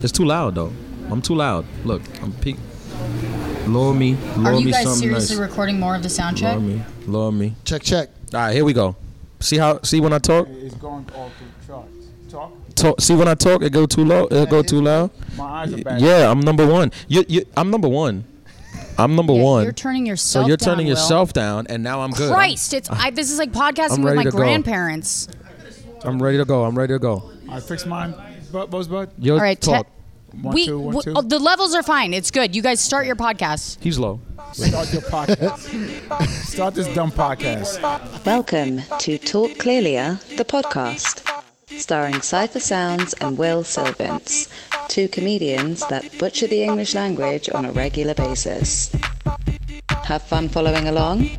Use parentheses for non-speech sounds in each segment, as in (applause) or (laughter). It's too loud though. I'm too loud. Look, I'm peak. Lower me, lower Are you me guys something seriously nice. recording more of the Lower soundtrack? me, lower me. Check, check. All right, here we go. See how? See when I talk? It's going all through charts. Talk. talk see when I talk, it go too low. It go too loud. My eyes are bad. Yeah, I'm number one. You, you, I'm number one. I'm number Yeah, one. You're turning yourself. so you're down, turning Will. yourself down, and now I'm good. I'm- Christ, it's I, this is like podcasting I'm with ready my to go. grandparents. I'm, ready to go. I'm ready to go. I fixed mine. But Buzz Yo, All right, te- talk. One, we two, one, w- two. oh, the levels are fine. It's good. You guys start your podcast. He's low. Start your podcast. (laughs) Start this dumb podcast. Welcome to Talk Clearlier, the podcast, starring Cypher Sounds and Will Sylvans, two comedians that butcher the English language on a regular basis. Have fun following along?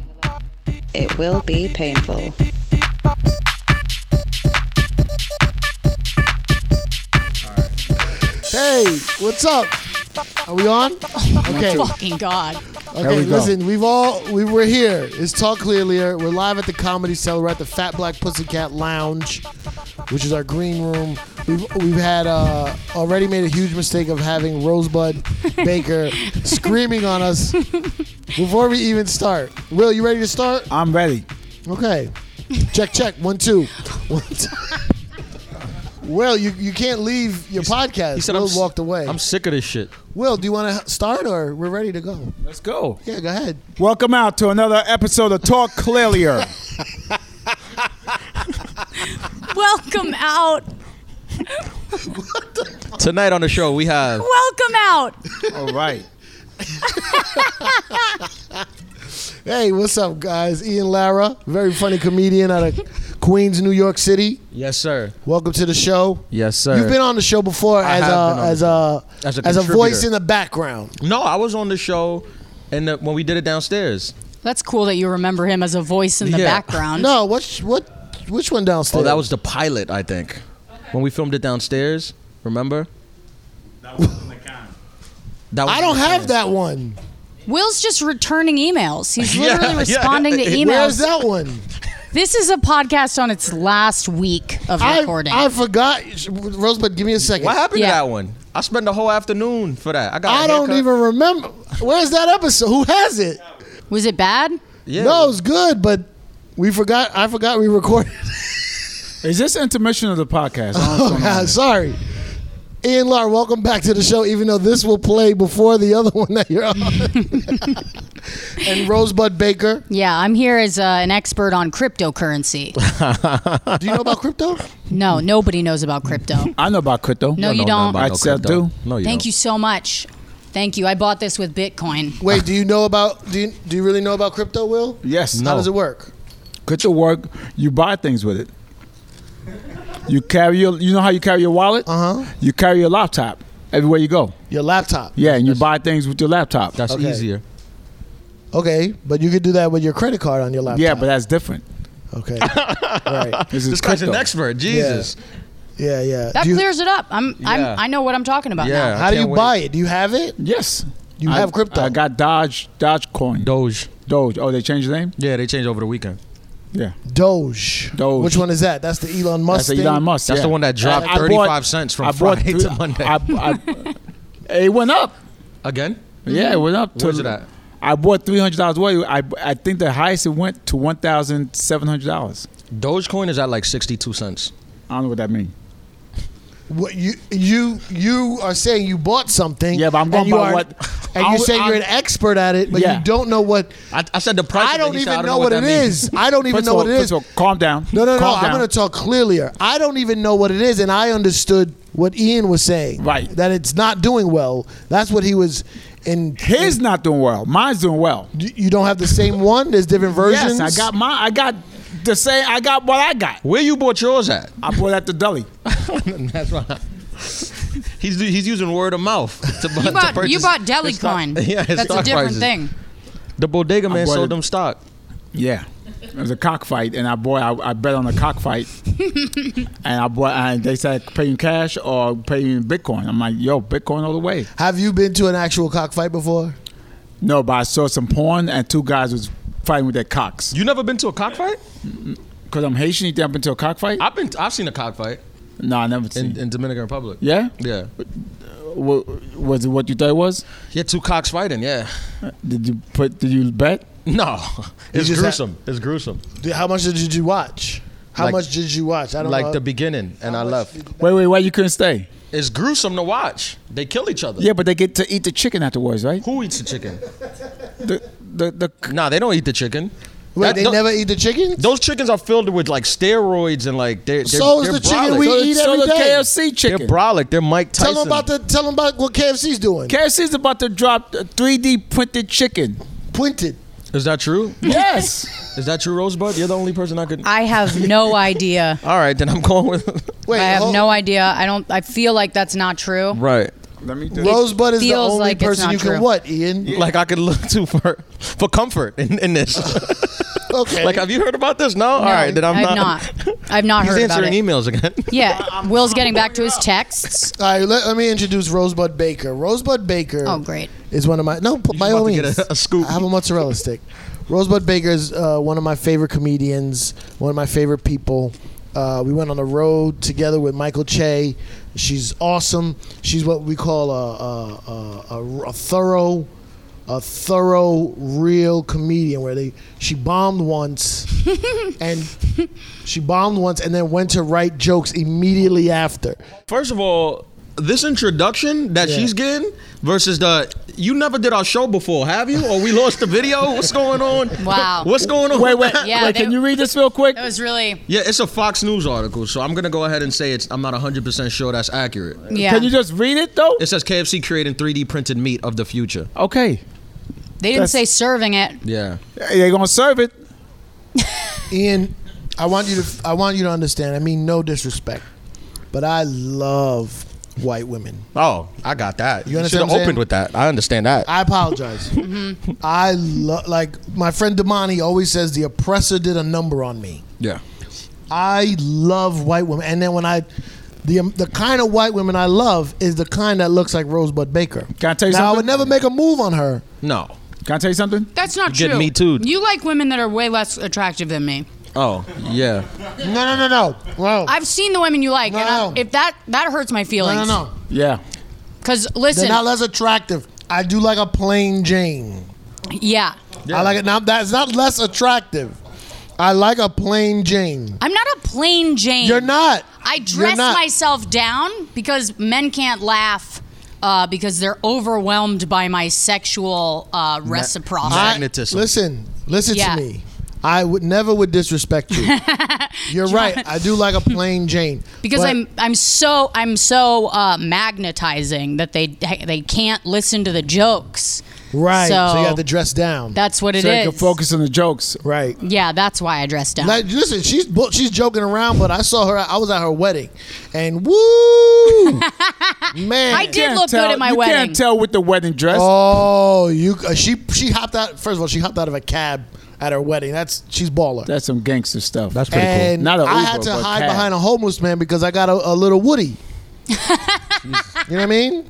It will be painful. Hey, what's up? Are we on? Okay. Fucking god. Okay, we go. listen, we've all we we're here. It's Talk Clearlier. We're live at the comedy cellar. We're at the Fat Black Pussycat Lounge, which is our green room. We've we've had uh, already made a huge mistake of having Rosebud (laughs) Baker screaming on us before we even start. Will, you ready to start? I'm ready. Okay. Check, check. One, two. One, two. (laughs) Will, you, you can't leave your podcast. Will s- walked away. I'm sick of this shit. Will, do you want to start or we're ready to go? Let's go. Yeah, go ahead. Welcome out to another episode of Talk Clearlier. Welcome out. Tonight on the show we have Welcome out. all right. Hey, what's up, guys? Ian Lara, very funny comedian out of (laughs) Queens, New York City. yes sir, Welcome to the show. yes sir. You've been on the show before I as have a, been on as the a As a as a voice contributor. in the background. no, I was on the show, and the, when we did it downstairs. That's cool that you remember him as a voice in the Yeah. background. No, what what which one downstairs? Oh, that was the pilot, I think. When we filmed it downstairs, remember? That was I don't have that one. Will's just returning emails. He's (laughs) Yeah, literally yeah. responding to emails. Where's that one? This is a podcast on its last week of I, recording. I forgot. Rosebud, give me a second. What happened Yeah. to that one? I spent the whole afternoon for that. I got. a I don't haircut. even remember. Where's that episode? Who has it? Was it bad? Yeah. No, it's good, but we forgot. I forgot we recorded. Is this intermission of the podcast? I don't know what's going on. Uh, Sorry. Ian Lar, welcome back to the show, even though this will play before the other (laughs) one that you're on. and Rosebud Baker. Yeah, I'm here as uh, an expert (laughs) on cryptocurrency. Do you know about crypto? No, nobody knows (laughs) about crypto. I know about crypto. No, you don't. I'd say I do. No, you Thank don't. you so much. Thank you. I bought this with Bitcoin. Wait, do you know about do you, do you really know about crypto, Will? Yes. How does it work? Crypto work. You buy things with it. You carry your. You know how you carry your wallet? Uh-huh. You carry your laptop everywhere you go. Your laptop. Yeah, and you buy things with your laptop. That's Okay. easier. Okay, but you could do that with your credit card on your laptop. yeah, but that's different. okay. (laughs) right. This is This guy's an crypto. expert. Jesus. Yeah, yeah. That Do you- clears it up. I'm, Yeah. I'm I know what I'm talking about Yeah. now. How do you Can't wait. buy it? Do you have it? Yes. You have crypto. I got Dodge Dodge Coin. Doge. Doge. Oh, they changed the name? Yeah, they changed over the weekend. Yeah. Doge. Doge. Which one is that? That's the Elon Musk. That's the Elon thing? Musk. That's yeah. the one that dropped I- I 35 bought- cents from I bought Friday three- to Monday. I- (laughs) I- it went up. Again? Yeah, it went up. To, Where's it at? I bought three hundred dollars. What I I think the highest it went to one thousand seven hundred dollars. Dogecoin is at like 62 cents. I don't know what that means. What you you you are saying you bought something? Yeah, but I'm and going you by are- what- And I'm- you say you're I'm- an expert at it, but Yeah. you don't know what. I, I said the price. of I it. don't He said, even don't know what it that means." is. I don't even First know of what all- it first is. of all, calm down. No, no, no. Calm I'm down. going to talk clearlier. I don't even know what it is, and I understood what Ian was saying. Right. That it's not doing well. That's what he was. in His not doing well. Mine's doing well. you you don't have the same one. There's different versions. Yes, I got my. I got the same. I got what I got. Where you bought yours at? I bought at the deli. That's right. He's, he's using word of mouth (laughs) to, bu- You to bought, purchase. you bought Deli his stock- Coin. (laughs) Yeah, his That's a stock different prices. thing. The bodega man bought sold it- them stock. Yeah. It was a cockfight, and I bought. I, I bet on the cockfight, and I bought. And they said pay in cash or pay in Bitcoin. I'm like, yo, Bitcoin all the way. Have you been to an actual cockfight before? No, but I saw some porn, and two guys was fighting with their cocks. You never been to a cockfight? Because I'm Haitian, you think I've been to a cockfight? I've been. I've seen a cockfight No, I never in, seen. in Dominican Republic. yeah, Yeah. wa- was it what you thought it was? Yeah, two cocks fighting. Yeah. (laughs) Did you put? Did you bet? No, it's just gruesome. it's gruesome. Dude, How much did you watch? How Like- much did you watch? I don't Like know. the beginning, and I much left. did- Wait, wait, why you couldn't stay? It's gruesome to watch. They kill each other. Yeah, but they get to eat the chicken afterwards, right? Who eats the chicken? The the the Nah, they don't eat the chicken. Wait, That- they tho- never eat the chicken? Those chickens are filled with like steroids and like they're, they're So is they're the chicken brolic. we so the, eat so every the day. KFC They're chicken. brolic. They're Mike Tyson. Tell them about the tell them about what KFC's doing. KFC's about to drop a 3D printed chicken. Pointed. Is that true? Yes. Is that true, Rosebud? You're the only person I could. I have (laughs) no idea. All right, then I'm (laughs) going with. Wait, I have hold- no idea. I don't. I feel like that's not true. right. Let me do Rosebud is the feels only like it's person not you true. can what, Ian? Like I could look to for for comfort in, in this. (laughs) (laughs) Okay. like, have you heard about this? No. All No, right, then I'm I've not. I've (laughs) not He's heard about answering it. emails again. (laughs) Yeah, Will's getting back to his texts. All right, let, let me introduce Rosebud Baker. Rosebud Baker. Oh, great. Is one of my no. p- By about all to get means, a- a scoop. I have a mozzarella stick. Rosebud Baker is uh, one of my favorite comedians. One of my favorite people. Uh, we went on the road together with Michael Che. She's awesome. She's what we call a a, a, a, a thorough, a thorough real comedian. Where they she bombed once, and she bombed once, and then went to write jokes immediately after. First of all, this introduction that Yeah. she's getting versus the you never did our show before, have you? Or we lost the video? What's going on? (laughs) Wow. (laughs) What's going on? (laughs) Wait, with wait, that? Yeah, wait they- Oh, can you read this real quick? That was really. Yeah, it's a Fox News article, so I'm gonna go ahead and say it's. I'm not 100 percent sure that's accurate. Yeah. Can you just read it though? It says KFC creating 3D printed meat of the future. okay. they didn't that's- say serving it. Yeah. They're gonna serve it. Ian, I want you to I want you to understand. I mean no disrespect, but I love white women. Oh, I got that. You, should have understand what I'm saying? opened with that. I understand that. I apologize. I love like my friend Damani always says the oppressor did a number on me. yeah. I love white women, and then when I. The, um, the kind of white women I love is the kind that looks like Rosebud Baker. Can I tell you now, I something? would never make a move on her. No. Can I tell you something? That's not You get true. Me Too'd. You like women that are way less attractive than me. Oh, yeah. No, no, no, no. No, I've seen the women you like, and I, No. if that that hurts my no, feelings. no, no. Yeah. Because They're listen, not less attractive. I do like a plain Jane. yeah, Yeah. I like it. Now that's not less attractive. I like a plain Jane. I'm not a plain Jane. You're not. I You're dress not. myself down because men can't laugh uh, because they're overwhelmed by my sexual uh, reciprocity. I- Magnetism. Listen, listen Yeah. to me. I would never would (laughs) disrespect you. You're right. I do like a plain Jane. because But I'm I'm so I'm so uh, magnetizing that they they can't listen to the jokes. right. So, So, you have to dress down. that's what it is. so they can focus on the jokes. right. Yeah, that's why I dress down. Like, listen, she's bu- she's joking around, but I saw her. I was at her wedding, (laughs) and woo, man. I did Can't look tell- good at my you wedding. can't tell with the wedding dress. Oh, you. Uh, she she hopped out. First of all, she hopped out of a cab at her wedding. That's she's baller. That's some gangster stuff. That's and Not a I Uber, had to but hide cab. behind a homeless man because I got a, a little Woody. you know what I mean?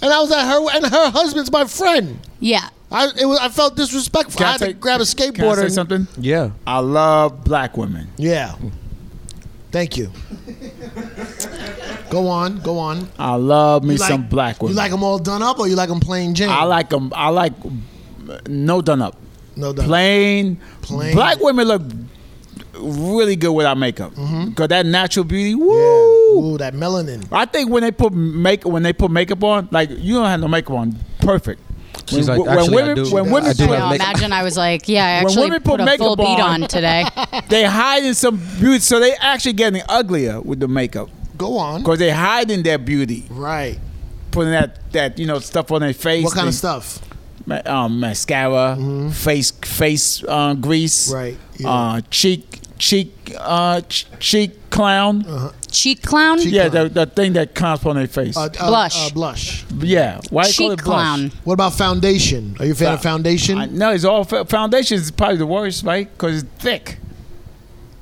And I was at her, and her husband's my friend. yeah. I it was, I felt disrespectful. Can I, I had to take- grab a Can I skateboarder. say and- something? Yeah. I love black women. Yeah. Thank you. go on, go on. You I love me like- some black women. You like them all done up, or you like them plain Jane? I like them. I like no done up. no done. Plain, Plain. Black women look really good without makeup. Cause that natural beauty. Yeah. Woo. Ooh, that melanin. I think when they put make when they put makeup on, like you don't have no makeup on, perfect. She's when, like, when "Actually, I women, do. when I women do put- have No, make- imagine I was like, yeah, I When actually women put, put a makeup full beat on- on today. they hiding some beauty, so they actually getting uglier with the makeup Go on. because they hiding their beauty, Right. putting that that you know stuff on their face. What kind of and- stuff? Mm-hmm. ma- um, mascara, face face uh, grease, Right, yeah. Uh, cheek cheek uh, ch- cheek clown. Cheek clown? Uh-huh. Cheek- Yeah, clown. the, the thing that clowns on their face. Uh, uh, Blush. Uh, blush. yeah, why they call Cheek it blush? clown. What about foundation? Are you a fan of foundation? I- no, it's all fa- foundation is probably the worst, right? Because it's thick,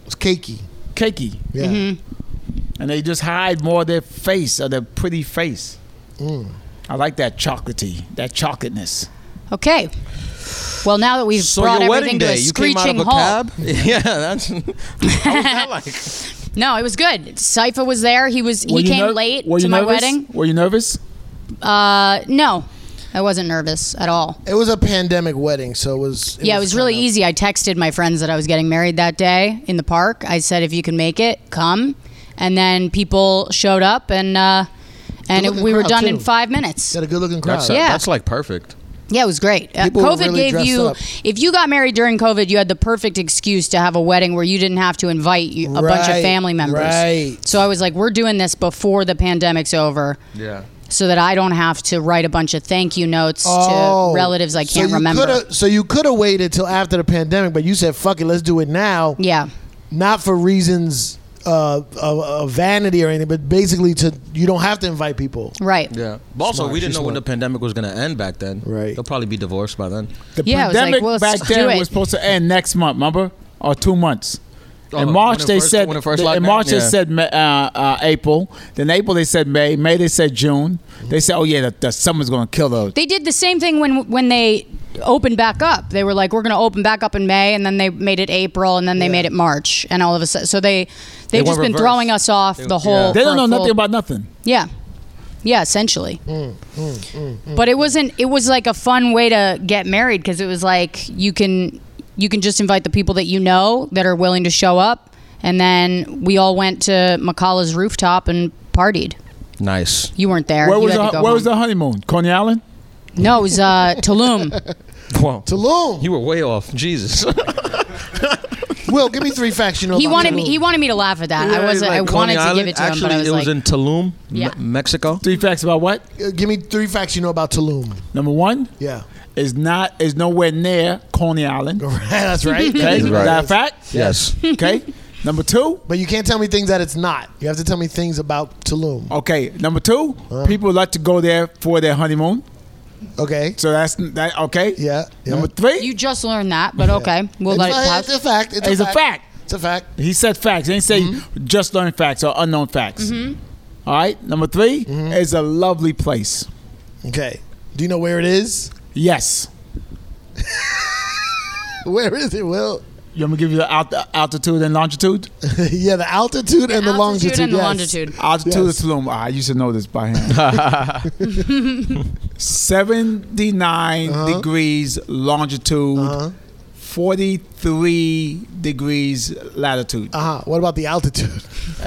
It's cakey. cakey, Yeah. Mm-hmm. and they just hide more of their face or their pretty face. Mm. I like that chocolatey, that chocolateness. Okay. Well, now that we've So brought your everything wedding to a day, you came out screeching of a halt. cab. (laughs) Yeah, that's. (laughs) How was that like? No, it was good. Cypher was there. He was. Were he you came ner- late were to you my nervous? wedding. Were you nervous? Uh, no, I wasn't nervous at all. It was a pandemic wedding, so it was. yeah, it was really kinda- easy. I texted my friends that I was getting married that day in the park. I said, if you can make it, come. And then people showed up, and uh, and it, Good-looking we were crowd, done in too. five minutes. Got a good looking crowd. That's, Yeah. that's like perfect. Yeah, it was great. Uh, People were COVID really gave dressed you, up. if you got married during COVID, you had the perfect excuse to have a wedding where you didn't have to invite you, a bunch of Right, family members. right. So I was like, we're doing this before the pandemic's over. Yeah. So that I don't have to write a bunch of thank you notes Oh. to relatives I So can't you remember. coulda- so you could have waited till after the pandemic, but you said, "Fuck it, let's do it now." Yeah. Not for reasons uh, of, of vanity or anything, but basically to you don't have to invite people. Right. Yeah. But also, Smart, we didn't she's know when the smart. pandemic was going to end back then. Right. They'll probably be divorced by then. The Yeah, it was like, pandemic well, let's back just do then it. was supposed to end next month, remember? Or two months. Oh, in when March it they first- said when it first they- in lockdown? March they Yeah. said Ma- uh, uh, April. Then April they said May. May they said June. They said, oh yeah, the, the summer's gonna kill those. They did the same thing when when they opened back up. They were like, "We're going to open back up in May," and then they made it April, and then they made it March, and all of a sudden, so they they've went just been reverse. throwing us off the whole. yeah. They for don't a know full- nothing about nothing. Yeah. Yeah, essentially. Mm, but it wasn't it was like a fun way to get married cuz it was like you can you can just invite the people that you know that are willing to show up and then we all went to Macala's rooftop and partied. Nice. (laughs) You weren't there. Where You was had the, to where go was home. the honeymoon? Coney Island. No, it was uh, (laughs) Tulum. Wow. (laughs) Tulum. You were way off. Jesus. (laughs) Will, give me three facts. You know, he about wanted Tulum. me. He wanted me to laugh at that. I Yeah, was. not like I wanted Coney to Island. give it to Actually, him, but I was it like, was in Tulum, Yeah. Me- Mexico. Three facts about what? Uh, give me three facts. You know about Tulum. Number one Yeah, (laughs) is not is nowhere near Coney Island. Okay, that's right. is Right. that a fact? (laughs) Yes. (laughs) Okay. Number two. But you can't tell me things that it's not. You have to tell me things about Tulum. Okay. Number two. Uh-huh. People like to go there for their honeymoon. Okay. So that's that. Okay. Yeah. yeah. Number three. "You just learned that, but okay, we'll it's, let it a, pass." it's a fact. It's, It's a, a fact. fact. It's a fact. He said facts. He didn't say just learn facts or unknown facts. All right. Number 3 Mm-hmm. is a lovely place. Okay. Do you know where it is? Yes. (laughs) Where is it, Will? You want me to give you the alt- altitude and longitude? (laughs) yeah, the altitude and the Altitude longitude. and the yes. longitude. Altitude is Tulum. Ah, you should know this by hand. (laughs) 79 Uh-huh. degrees longitude, 43 degrees latitude. Uh-huh. What about the altitude? (laughs)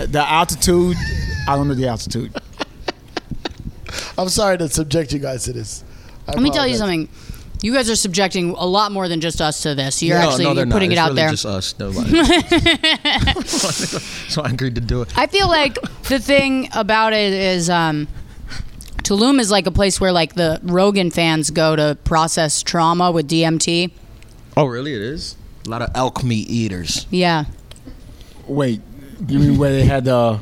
the altitude, I don't know the altitude. I'm sorry to subject you guys to this. I Let me tell you apologize. something. You guys are subjecting a lot more than just us to this. You're actually they're not. putting it It's out really there. Just us. Nobody. (laughs) (laughs) so I agreed to do it. I feel like the thing about it is um, Tulum is like a place where like the Rogan fans go to process trauma with DMT. Oh, really? It is. A lot of elk meat eaters. Yeah. Wait, you mean where they had uh,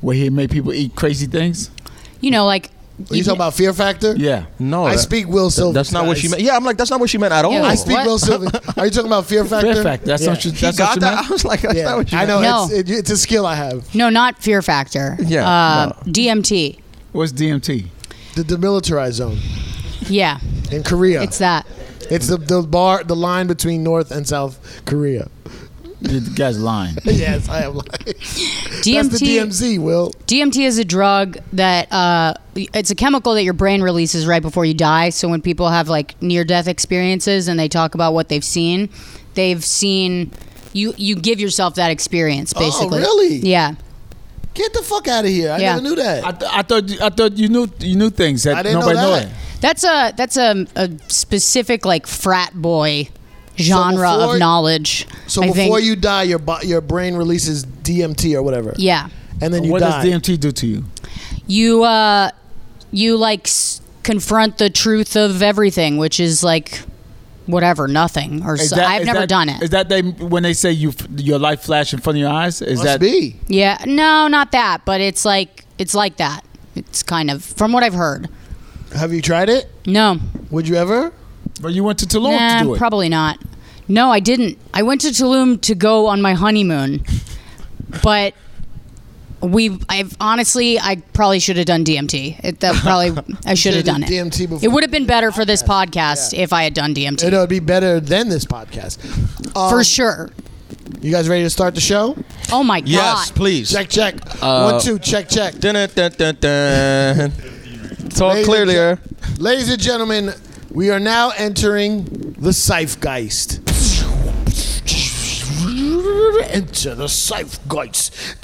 where he made people eat crazy things? You know, like Are you talking about Fear Factor? Yeah. No, I that- speak Will Silvers, That's not what guys. she meant. Yeah, I'm like, that's not what she meant at all. Yeah, I Oh, speak what? Will (laughs) Silvers. Are you talking about Fear Factor? Fear factor. That's yeah. what you. She That's what got you that. meant? I was like, that's Yeah. not what she (laughs) I meant. know. No. It's, it, it's a skill I have. no, not Fear Factor. Yeah, Uh, DMT. What's DMT? The demilitarized zone Yeah. in Korea. It's that. It's the, the bar, the line between North and South Korea. You guys lying. (laughs) yes, I am lying. DMT. That's the DMZ, Will. DMT is a drug that uh, it's a chemical that your brain releases right before you die. So when people have like near death experiences and they talk about what they've seen, they've seen you you give yourself that experience basically. Oh, really? Yeah. Get the fuck out of here. I Yeah. never knew that. I, th- I thought you, I thought you knew you knew things that I didn't know nobody that. knew. That's a that's a, a specific like frat boy genre before- of knowledge. so I before think. you die, your bo- your brain releases DMT or whatever. yeah And then you what die. does DMT do to you? you uh you like s- confront the truth of everything, which is like whatever nothing or so, I've is never that- done it. Is that they when they say you f- your life flash in front of your eyes? Is Must that be. Yeah, no, not that, but it's like it's like that. It's kind of from what I've heard. Have you tried it? No, Would you ever? But you went to Tulum to do nah, it. probably not. No, I didn't. I went to Tulum to go on my honeymoon, but we. I've honestly, I probably should have done DMT. It, that probably I should have should've done did it. DMT before It would have been better for this podcast if I had done DMT It um, would be better than this podcast. Um, for sure. You guys ready to start the show? Oh my Yes, god! please. Uh, Check, check. One, two, check, check. Dun, dun, dun, dun, dun. Talk Ladies and clearly. gen- Ladies and gentlemen, we are now entering the Zeitgeist. Enter the Zeitgeist.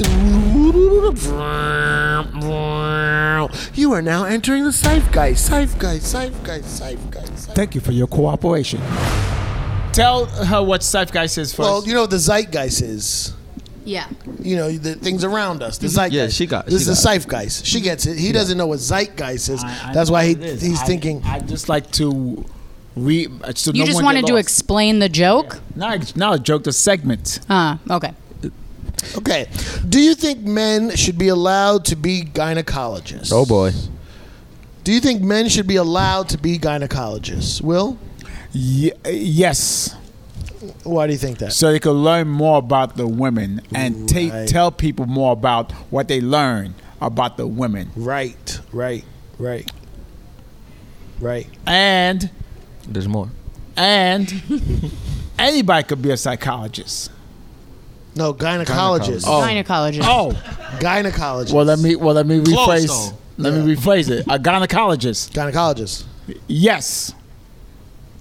You are now entering the Zeitgeist. Zeitgeist, Zeitgeist, Zeitgeist. Zeitgeist. Thank you for your cooperation. Tell her what Zeitgeist is first. Well, you know what the Zeitgeist is. Yeah. You know the things around us. The zeitgeist. Yeah, she got- This she is the got zeitgeist. She gets it. He doesn't know what zeitgeist is. I- I That's know why he, what it is. he's I- thinking. I just like to read. So You no just one wanted get to lost. explain the joke? Not, not a joke. The segment. Ah, okay. Okay. Do you think men should be allowed to be gynecologists? oh boy. Do you think men should be allowed to be gynecologists? Will? Ye- yes. Why do you think that? so they could learn more about the women and ta- Right. tell people more about what they learn about the women. Right. Right. Right. Right. And There's more. and anybody could be a psychologist. No, gynecologist. Gynecologist. Oh, Gynecologist. well let me well let me rephrase though. let me rephrase it. A gynecologist. gynecologist. Yes.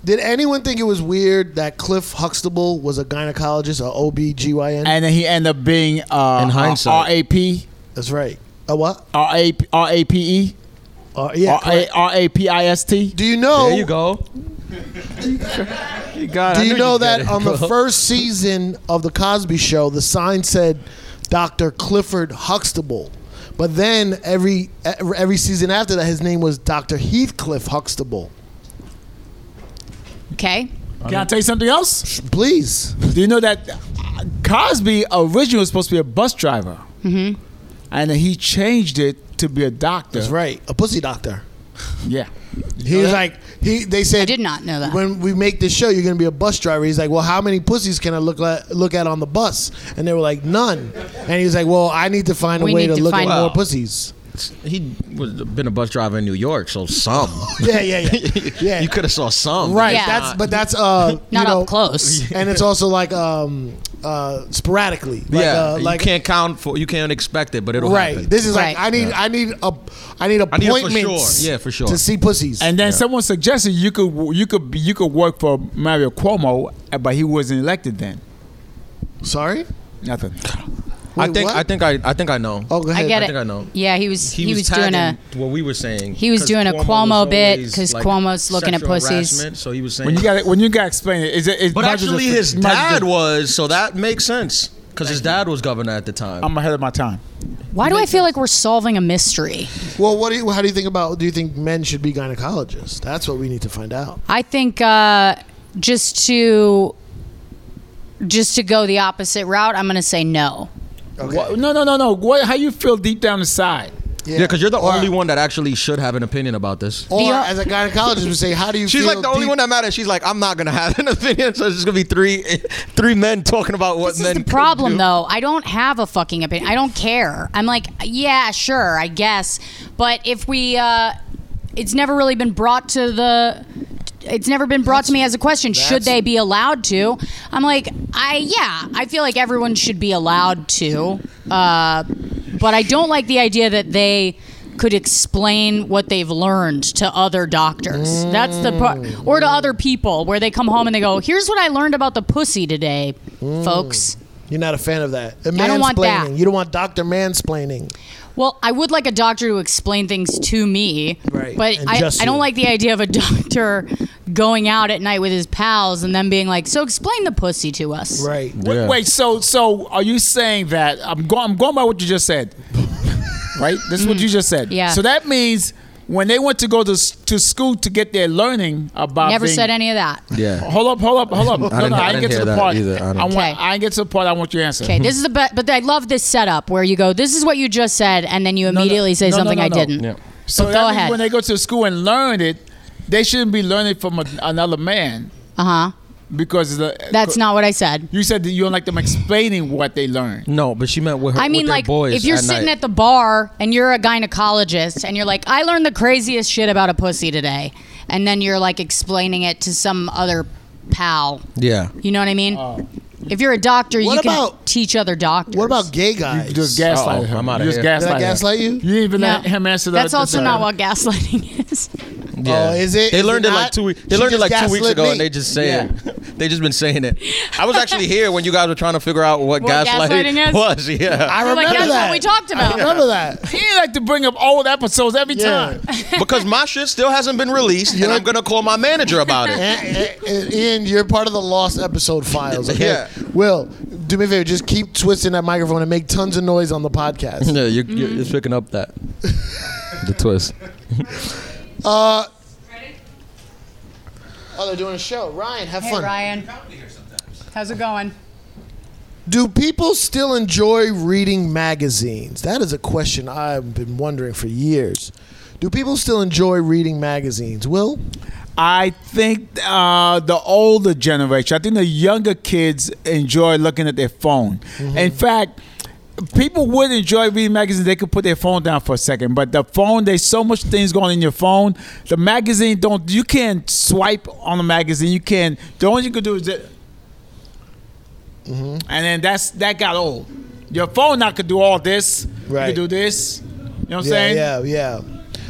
Did anyone think it was weird that Cliff Huxtable was a gynecologist, a OBGYN? And then he ended up being uh In hindsight. uh, RAP That's right. A what? RAP RAPE Uh, yeah. correct. RA- RAPIST. do you know? There you go. (laughs) you got it. I Oh. Do you knew know you'd get that it, on bro. the first season of the Cosby Show, the sign said Dr. Clifford Huxtable, but then every e-, every season after that, his name was Dr. Heathcliff Huxtable. Okay. Can I tell you something else? Please, Do you know that Cosby originally was supposed to be a bus driver, mm-hmm. and then he changed it to be a doctor. that's right, a pussy doctor. Yeah, He was like, he. They said I did not know that. When we make this show, you're going to be a bus driver. He's like, well, how many pussies can I look at, look at on the bus? And they were like, none. And he was like, well, I need to find a We way need to, to look at find- more Wow. pussies. (laughs) He was been a bus driver in New York, so some. Yeah, yeah, (laughs) yeah, (laughs) yeah. You could have saw some. Right. Yeah. That's but that's uh (laughs) Not you know, (laughs) up close. and it's also like um uh sporadically. Like, yeah. uh, like you can't count for. You can't expect it, but it'll right. happen. This is Right. like I need I need a I need I need it for appointments. sure. Yeah, for sure. To see pussies. and then someone suggested you could you could you could work for Mario Cuomo, uh, but he wasn't elected then. sorry. Nothing. I Wait, think. what? I think. I. I think I know. Oh, go I ahead. get I it. think I know. Yeah, he was he, was, doing a tagging what we were saying. he was 'cause doing a Cuomo was bit always, 'cause Cuomo's looking at sexual pussies. harassment, So he was saying. When you got when you got to explain it, is it? (laughs) Is but not just actually, a- his not just a- dad was. So that makes sense because his dad was governor at the time. I'm ahead of my time. Why do I feel like we're solving a mystery? Well, what do you how do you think about do you think men should be gynecologists? That's what we need to find out. I think uh, just to just to go the opposite route, I'm going to say no. Okay. What- no, no, no, no. What, how you feel deep down inside? yeah, because you're the Or- only one that actually should have an opinion about this. Or The- as a gynecologist would say, how do you (laughs) She's feel like the only deep- one that matters. She's like, I'm not gonna (laughs) have an opinion, so it's just gonna be three, (laughs) three men talking about what This men. is the could problem, do. though. I don't have a fucking opinion. I don't care. I'm like, yeah, sure, I guess. But if we, uh, it's never really been brought to the. It's never been brought to me as a question. Should they be allowed to? I'm like, I yeah. I feel like everyone should be allowed to, uh, but I don't like the idea that they could explain what they've learned to other doctors. That's the part, or to other people, where they come home and they go, "Here's what I learned about the pussy today, folks." You're not a fan of that. I don't want that. Mansplaining. You don't want doctor mansplaining. Well, I would like a doctor to explain things to me, Right, but and I, just I you. don't like the idea of a (laughs) doctor going out at night with his pals and then being like, "So explain the pussy to us." Right. Wait, wait, so so are you saying that I'm going I'm going by what you just said. right? This is what you just said. Mm. Yeah. So that means when they went to go to s- to school to get their learning about Never being- said any of that. Yeah. Hold up, hold up, hold up. no, didn't- (laughs) no, I I didn't didn't get hear to the that part. either. I don't- I, want, Okay. I didn't get to the part. I want your answer. Okay, this is the best, but I love this setup where you go, "This is what you just said," and then you No, no, immediately say no, no, something no, I no. didn't. So But that go means ahead. when they go to school and learn it, they shouldn't be learning from a, another man Uh huh. because the, That's not what I said. you said that you don't like them explaining what they learned. No, but she meant with her. I mean, with their like, boys if you're at sitting night. at the bar and you're a gynecologist and you're like, I learned the craziest shit about a pussy today. And then you're like explaining it to some other pal. Yeah. You know what I mean? If you're a doctor, What you can about- teach other doctors. What about gay guys? You just gaslight Uh-oh, him. I'm outta you just here. Did I gaslight him. gaslight you? You didn't even No. let him answer the That's also the- not what gaslighting (laughs) is. Yeah. Oh, is it- They is learned it it, like not? two weeks. They She learned it just like two weeks gaslit ago, me. and they just saying (laughs) they just been saying (laughs) it. I was actually here when you guys were trying to figure out what, What gaslighting, gaslighting is? was. Yeah, I We're remember like, that's that. what Oh we talked I about. remember that. He like to bring up old episodes every Yeah. time. (laughs) because my shit still hasn't been released, and I'm gonna call my manager about it. And, and, and you're part of the lost episode files. Okay? Yeah. Will, do me a favor. Just keep twisting that microphone and make tons of noise on the (laughs) podcast. (laughs) Yeah, you, you Mm-hmm. it's picking up that the twist. Oh, they're doing a show. Ryan, have Hey fun. Ryan, how's it going? Do people still enjoy reading magazines? That is a question I've been wondering for years. Do people still enjoy reading magazines? Will? I think uh, the older generation, I think the younger kids enjoy looking at their phone. Mm-hmm. In fact, people would enjoy reading magazines. They could put their phone down for a second, but the phone, there's so much things going on in your phone. The magazine don't. You can't swipe on the magazine. You can. The only you could do is that. Mm-hmm. And then that's that got old. Your phone now could do all this. You Right. could do this. You know what Yeah, I'm saying? yeah, yeah.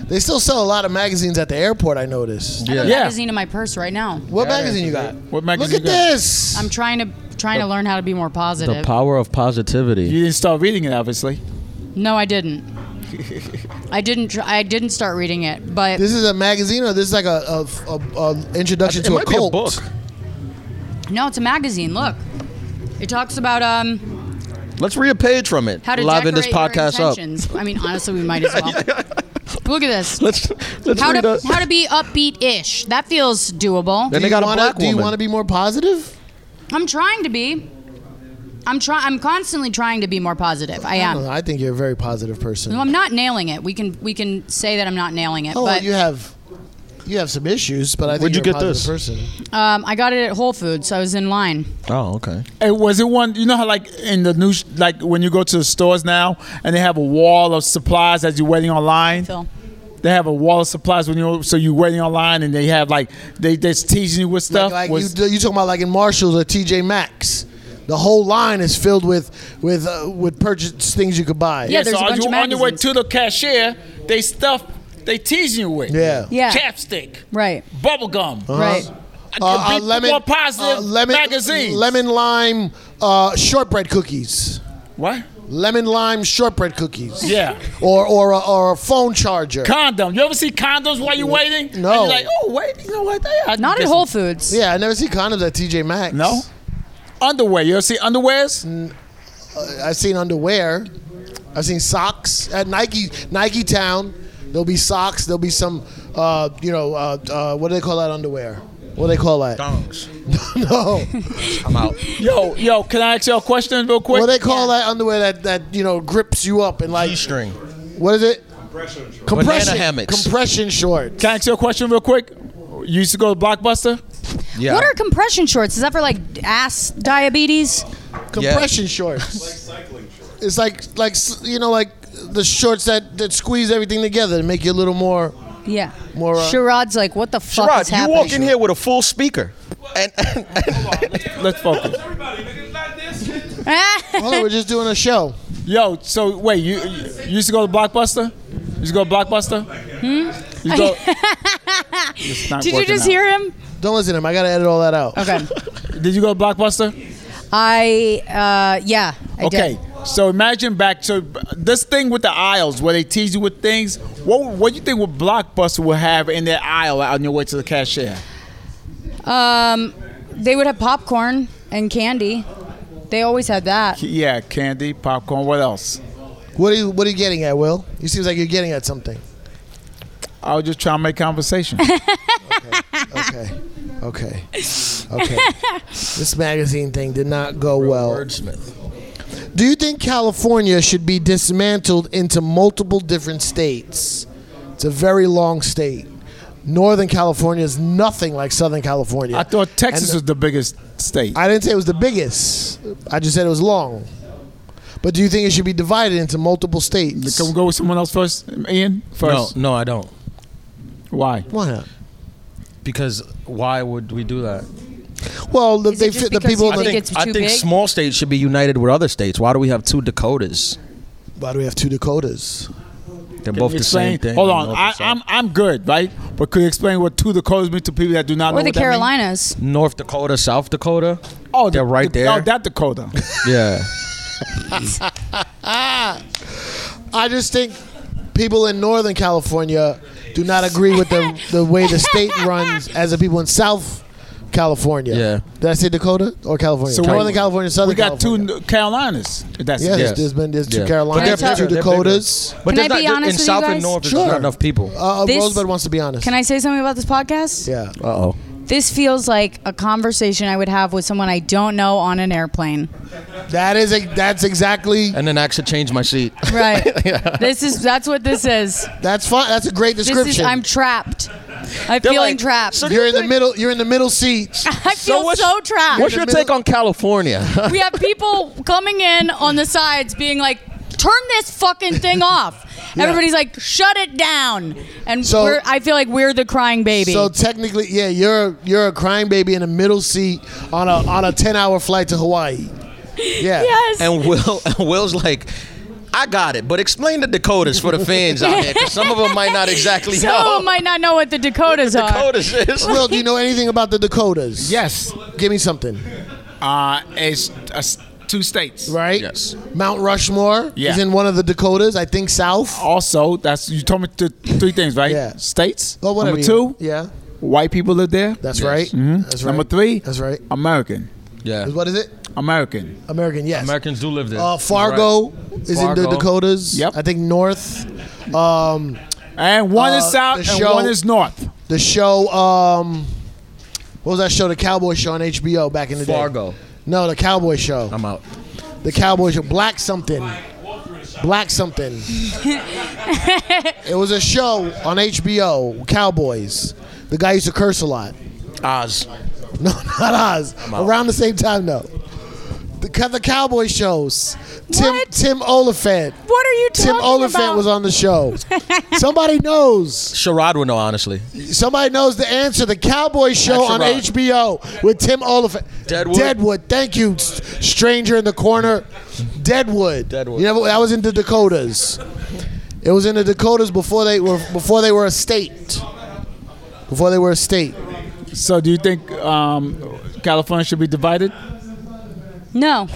They still sell a lot of magazines at the airport, I noticed. I have a Yeah. magazine in my purse right now. What magazine you got? What magazine Look at you got? this. I'm trying to trying to learn how to be more The positive. power of positivity. You didn't start reading it, obviously. no, I (laughs) didn't. I didn't. Tr- I didn't start reading it, but this is a magazine or this is like a, a, a, a introduction to a cult? no, it's a magazine. Look, it talks about um Let's read a page from it. how to liven decorate this podcast your up. intentions. I mean, honestly, we might as well. Look at (laughs) this. Let's let's How read to us. how to be upbeat ish. That feels doable. Then they you got wanna- a black Do you woman. want to be more positive? I'm trying to be. I'm try. I'm constantly trying to be more positive. I I, don't know, am. I think you're a very positive person. No, I'm not nailing it. We can we can say that I'm not nailing it. oh, but you have you have some issues, but I think Where'd you you're a get positive this? person. um, I got it at Whole Foods. So I was in line. oh, okay. And was it one? You know how like in the news, like when you go to the stores now and they have a wall of supplies as you're waiting online. Phil. They have a wall of supplies when you so you're waiting online and they have like they they're teasing you with stuff. Like, like Was- you, you talking about like in Marshalls or TJ Maxx. The whole line is filled with with uh, with purchase things you could buy. Yeah, there's so a are bunch you of on your way magazines. to the cashier? They stuff they teasing you with. Yeah. Yeah. Chapstick, Right. bubble gum. Right. I Uh-huh. Uh, uh, could be lemon, more positive uh, lemon magazines. lemon lime uh, shortbread cookies, What? lemon lime shortbread cookies, Yeah. or or a, or a phone charger. Condom. You ever see condoms while you're waiting? And No. you're like, oh wait, you know what? I- I Not at guess- Whole Foods. yeah, I never see condoms at TJ Maxx. No. Underwear. You ever see underwears? I've seen underwear. I've seen socks at Nike Nike Town. There'll be socks. There'll be some, uh, you know, uh, uh, what do they call that underwear? What do they call that? Dongs. (laughs) no, I'm out. Yo, yo, can I ask y'all a question real quick? what do they call that underwear that that you know grips you up and like G-string. what is it? Compression Banana hammocks. Compression shorts. can I ask you a question real quick? You used to go to Blockbuster? Yeah. What are compression shorts? Is that for like ass diabetes? compression shorts. It's like cycling shorts. It's like like s- you know like the shorts that that squeeze everything together to make you a little more. Yeah. More, uh, Sharad's like, what the fuck is Sherrod, you happening? walk in here with a full speaker. And, Let's focus. (laughs) Oh, we're just doing a show. Yo, so wait, you, you used to go to Blockbuster? You used to go to Blockbuster? Hmm? (laughs) You go, It's not Did you working just out. hear him? Don't listen to him. I gotta edit all that out. Okay. Did you go to Blockbuster? I uh, yeah. I did. Okay, so imagine back to this thing with the aisles where they tease you with things. What what do you think would Blockbuster would have in their aisle on your way to the cashier? Um, they would have popcorn and candy. They always had that. Yeah, candy, popcorn. What else? What are you What are you getting at, Will? You seems like you're getting at something. I was just trying to make (laughs) conversation. (laughs) Okay, okay, okay. this magazine thing did not go well. Wordsmith. Do you think California should be dismantled into multiple different states? It's a very long state. Northern California is nothing like Southern California. I thought Texas And- was the biggest state. I didn't say it was the biggest. I just said it was long. But do you think it should be divided into multiple states? Can we go with someone else first? Ian No, first. no, I don't. Why? Why not? Because why would we do that? Well, the, Is they it just fit the because people. you in the- think it's I too think big? small states should be united with other states. Why do we have two Dakotas? Why do we have two Dakotas? They're both the same Explain. thing. Hold on, North I, and South. I'm I'm good, right? But could you explain what two Dakotas mean to people that do not know or the what that mean? Carolinas. North Dakota, South Dakota. Oh, They're the- right the- there. Oh, that (laughs) Dakota. Yeah. I just think people in Northern California do not agree with the the way the (laughs) state runs as the people in South California. Yeah. Did I say Dakota or California? So Northern wait, California, Southern. we got California. two Carolinas. if That's Yeah, yeah. there's, Yes. there's been there's two Yeah. Can I Carolinas, tell- two They're bigger. Dakotas. But Can I there's not- be honest in with you South and guys? North, there's Sure. not enough people. Uh, uh, This- Rosebud wants to be honest. Can I say something about this podcast? Yeah. Uh oh. This feels like a conversation I would have with someone I don't know on an airplane. That is a, that's exactly And then I actually change my seat. Right. This is that's what this is. that's fine. That's a great description. This is I'm trapped. I'm They're feeling like, trapped. (laughs) "So do you're you in the think- middle. You're in the middle seat. I feel so, what's- trapped. What's your take on California? (laughs) we have people coming in on the sides being like turn this fucking thing off everybody's like shut it down and So- we're, i feel like we're the crying baby So technically, yeah, you're you're a crying baby in the middle seat on a on a ten hour flight to Hawaii. (laughs) Yeah. yes and Will (laughs) and Will's like, I got it, but explain the Dakotas for the fans out there, 'cause some of them might not exactly (laughs) some know. might not know what the dakotas are (laughs) Dakotas is. Will, do you know anything about the Dakotas? Yes. Give me something. Uh, it's uh, s- two states. Right. Yes. Mount Rushmore Yeah. Oh, is in one of the Dakotas. I think South. Also, that's you told me th- three things, right? Yeah. States. Or Oh, whatever. Number you- two, Yeah. white people live there. That's Yes. right. Mhm. That's right. Number three. That's right. American. Yeah. What is it? American. American. Yes. Americans do live there. Uh, Fargo is in Fargo. the Dakotas. Yep. I think North. Um, And one Uh, is the south and show- one is north. the show. Um, what was that show? The Cowboy Show on HBO back in the day. Fargo. Um, No, the Cowboy Show. I'm out. the Cowboy Show. Black something. Black something. (laughs) it was a show on HBO. Cowboys. The guy used to curse a lot. (laughs) Oz. No, not Oz. Around the same time though. The, co- the Cowboy shows. Tim What? Tim Oliphant. what are you talking Tim Oliphant about was on (laughs) the show. Somebody knows. Sherrod would know, honestly. Somebody knows the answer. The Cowboy Show That's on right. HBO with Tim Oliphant. Deadwood? Deadwood. Thank you, s- Stranger in the Corner. Deadwood. Deadwood. You know that was in the Dakotas. It was in the Dakotas before they were before they were a state. Before they were a state. So do you think um, California should be divided? no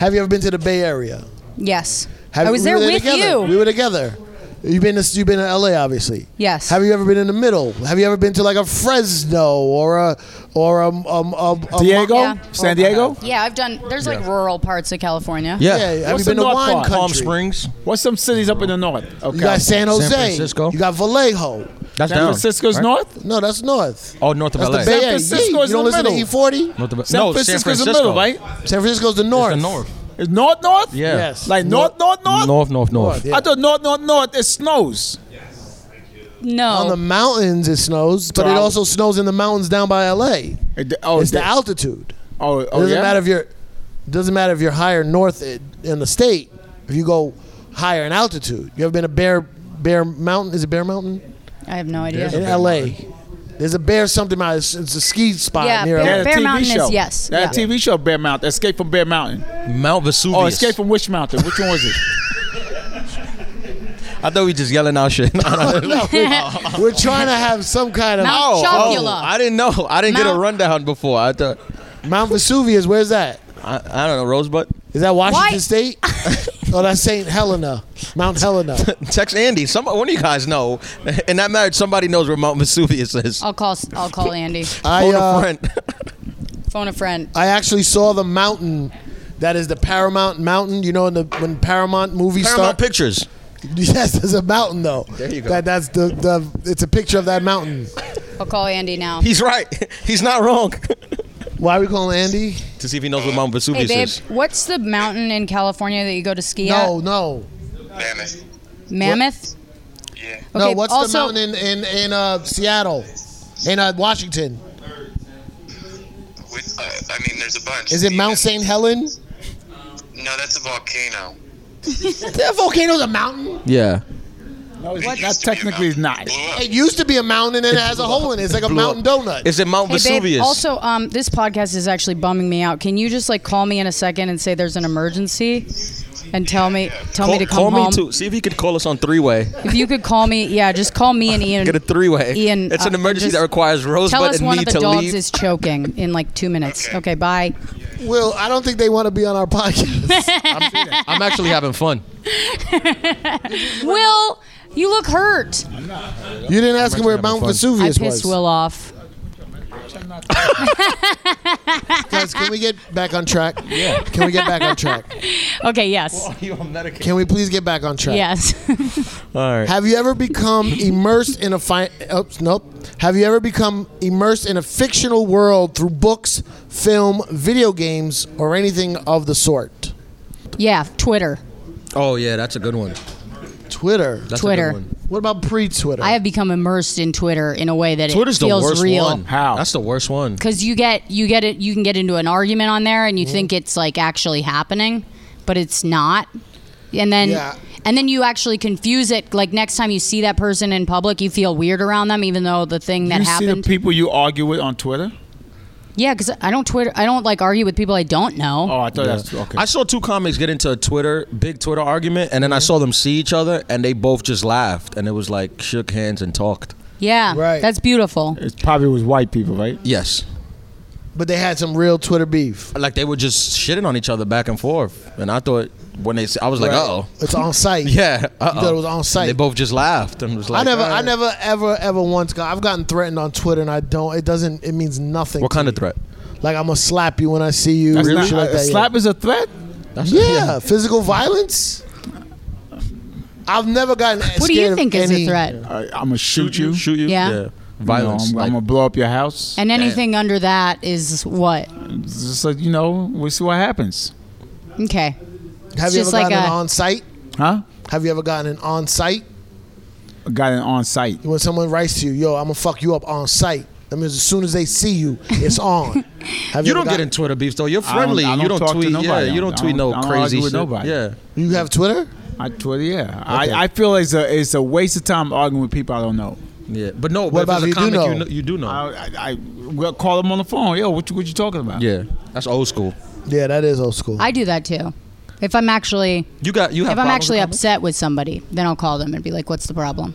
Have you ever been to the Bay Area? yes Have, i was we there were with together. you We were together. You've been to, you've been to LA, obviously. Yes. Have you ever been in the middle? Have you ever been to like a Fresno or a or a, um a, a Diego, Yeah. San Diego. yeah i've done there's like rural parts of california Yeah. Yeah, have What's you been the to North wine part? country? Palm Springs. What's some cities up in the north? Okay. You got San Jose. Francisco. You got Vallejo. That's San down, Francisco's right? north. No, that's north. Oh, north of That's LA. the Bay Area. Francisco's you in the don't listen middle. to E40? North of, San no, Francisco's San Francisco. the middle, right? San Francisco's the north. The north. Is north north? Yeah. Yes. Like north north north. North, north, north. yeah. I thought north north north it snows. On Oh. no the mountains it snows, but So it I- also snows in the mountains down by LA. It- oh, It's the that- altitude. Oh, It oh doesn't yeah? matter if you're doesn't matter if you're higher north i- in the state. If you go higher in altitude. You ever been to Bear Bear Mountain? Is it Bear Mountain? i have no idea In LA. There's a bear something mountain. It's, it's a ski spot Yeah, near Bear- LA. That Bear TV Mountain is- show. yes, That yeah. TV show Bear Mountain. Escape from Bear Mountain. Mount Vesuvius. Oh, Escape from which mountain? Which one was it? I thought we just yelling out shit. (laughs) (laughs) No, we- we're trying to have some kind of Mount Oh, Chocula. I didn't know. I didn't get a Mount- rundown before. I thought. Mount Vesuvius. Where's that? I, I don't know. Rosebud. Is that Washington Why- State? oh, that's St. Helena, Mount Helena. Text Andy. Some one of you guys know. (laughs) In that marriage, somebody knows where Mount Vesuvius is. i'll call i'll call andy I, Phone uh, a friend. phone a friend I actually saw the mountain. That is the Paramount Mountain. You know, in the when Paramount movie Paramount start. Pictures. (laughs) yes, there's a mountain though. There you go. That, that's the, the it's a picture of that mountain. i'll call andy now He's right. (laughs) He's not wrong. (laughs) Why are we calling Andy? to see if he knows where Mount hey Vesuvius babe is. what's the mountain in california that you go to ski No, no, Mammoth. at mammoth Yeah. no. Okay, What's also- the mountain in in, in uh, Seattle, in uh, Washington? With, uh, I mean, there's a bunch. Is it Even- Mount St. Helen? No, that's a volcano. That volcano's a mountain. Yeah. No, it's It not used to be a technically it's mountain. not. Blew up. It used to be a mountain and it has a hole in it. It's like a mountain donut. Is it Mount Hey, Vesuvius? babe. Also, um, this podcast is actually bumming me out. Can you just like call me in a second and say there's an emergency, and tell me tell me to come call home? me too. See if you could call us on three way. If you could call me, yeah, just call (laughs) me and Ian. Get a three way. Ian, it's an uh, emergency just that requires Rosebud Tell us and one me of the to dogs leave. is choking in like two minutes. Okay. Okay, bye. Will, I don't think they want to be on our podcast. I'm actually having (laughs) fun. Will, you look hurt. you didn't ask him where Mount I Vesuvius pissed was. Will off. Guys, can we get back on track? Yeah. Can we get back on track? Okay, yes, Can we please get back on track? yes. (laughs) All right. Have you ever become immersed in a fi- oops, nope. Have you ever become immersed in a fictional world through books, film, video games, or anything of the sort? yeah, Twitter, Oh yeah, that's a good one. Twitter. That's A Twitter. good one. What about pre-Twitter? I have become immersed in Twitter in a way that Twitter's it the feels worst real. one. How? That's the worst one. because you get you get it you can get into an argument on there and you think it's like actually happening but it's not and then Yeah. and then you actually confuse it like next time you see that person in public you feel weird around them even though the thing that you see the happened people you argue with on Twitter? yeah because i don't twitter i don't like argue with people i don't know Oh, I thought that's okay. I saw two comics get into a Twitter, big Twitter argument, and then I saw them see each other, and they both just laughed, and it was like shook hands and talked. yeah Right. that's beautiful it probably was white people, right? Yes, but they had some real Twitter beef. like they were just shitting on each other back and forth, and I thought when they, s- I was like, oh, It's (laughs) on site. yeah, uh thought it was on site. They both just laughed and was like, uh, I never, I alright. never, ever, ever once got. I've gotten threatened on Twitter, and I don't. It doesn't. It means nothing. What to kind me. of threat? Like I'm gonna slap you when I see you. That's shit not- like uh, that, yeah. slap is a threat. That's Yeah, physical violence. I've never gotten. what do you think is a threat I, I'm gonna shoot you. shoot you. Yeah. violence. You know, I'm, like- I'm gonna blow up your house. and anything under that is what It's just like you know, we see what happens, okay Have It's you ever just like gotten an a- on site? huh? Have you ever gotten an on site? Got it on site. When someone writes to you, yo, I'm gonna fuck you up on site. That means as soon as they see you, it's on. (laughs) Have you don't ever get gotten- in Twitter beefs though. You're I don't- friendly. I don't you don't talk to tweet. Yeah, nobody. you I don't tweet don't- no I don't crazy argue with shit. nobody. Yeah. You have Twitter? I Twitter, yeah. I, I feel it's a it's a waste of time arguing with people I don't know. Yeah, but no. What but if about it's a if you do comic, know? You, you do know. I, I, I we'll call them on the phone. Yo, what you, what you talking about? yeah, that's old school. Yeah, that is old school. i do that too if i'm actually You got you have. if i'm problems actually with comics? upset with somebody then i'll call them and be like what's the problem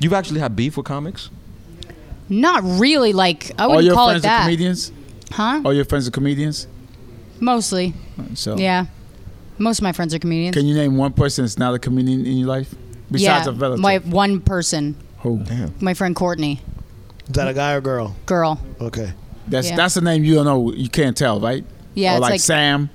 you've actually had beef with comics. Not really. Like I All wouldn't your call friends it that, are comedians. huh? All your friends are comedians. Mostly, So yeah. Most of my friends are comedians. Oh. Can you name one person that's not a comedian in your life besides yeah, a relative? my one person, Who? my friend Courtney, Is that a guy or girl? girl. Okay. That's Yeah. that's a name you don't know. You can't tell, right? Yeah, Or it's like, like- Sam.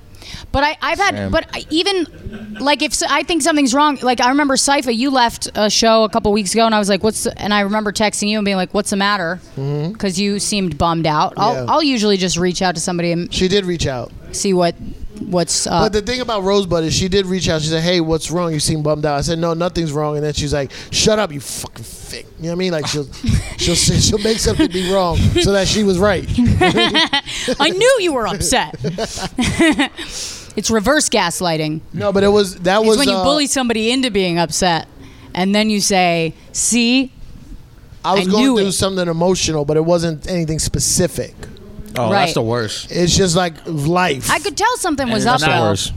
But I, I've had, Sam. but I, even like if s- I think something's wrong, like I remember Sypha, you left a show a couple weeks ago, and I was like, "What's?" The, and I remember texting you and being like, "What's the matter?" Because you seemed bummed out. I'll, Mm-hmm. Yeah. I'll usually just reach out to somebody and She did reach out. see what what's up. But the thing about Rosebud is she did reach out. She said, "Hey, what's wrong? You seem bummed out." I said, "No, nothing's wrong." And then she's like, "Shut up, you fucking fick." You know what I mean? (laughs) Like she'll she'll say, she'll make something be wrong so that she was right. I knew you were (laughs) upset. (laughs) it's reverse gaslighting. No, but it was that It's was when you uh, bully somebody into being upset, and then you say, "See, I was I going knew through it. something emotional, but it wasn't anything specific. Oh, Right. that's the worst. It's just like life. I could tell something was up." it's not though. Worst.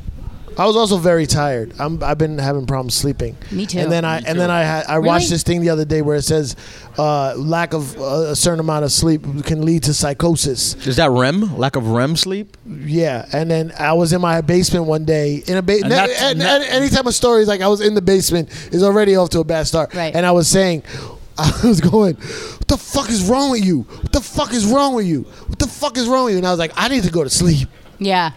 I was also very tired. I'm, I've been having problems sleeping. Me too. And then I and then I had, I watched this thing the other day where it says uh, lack of uh, a certain amount of sleep can lead to psychosis. Is that REM? Lack of REM sleep? Yeah, and then I was in my basement one day in a basement. And that's- And, and that- and any type of story is like I was in the basement is already off to a bad start. Right. And I was saying, (laughs) I was going, "What the fuck is wrong with you? What the fuck is wrong with you? What the fuck is wrong with you?" And I was like, "I need to go to sleep." Yeah,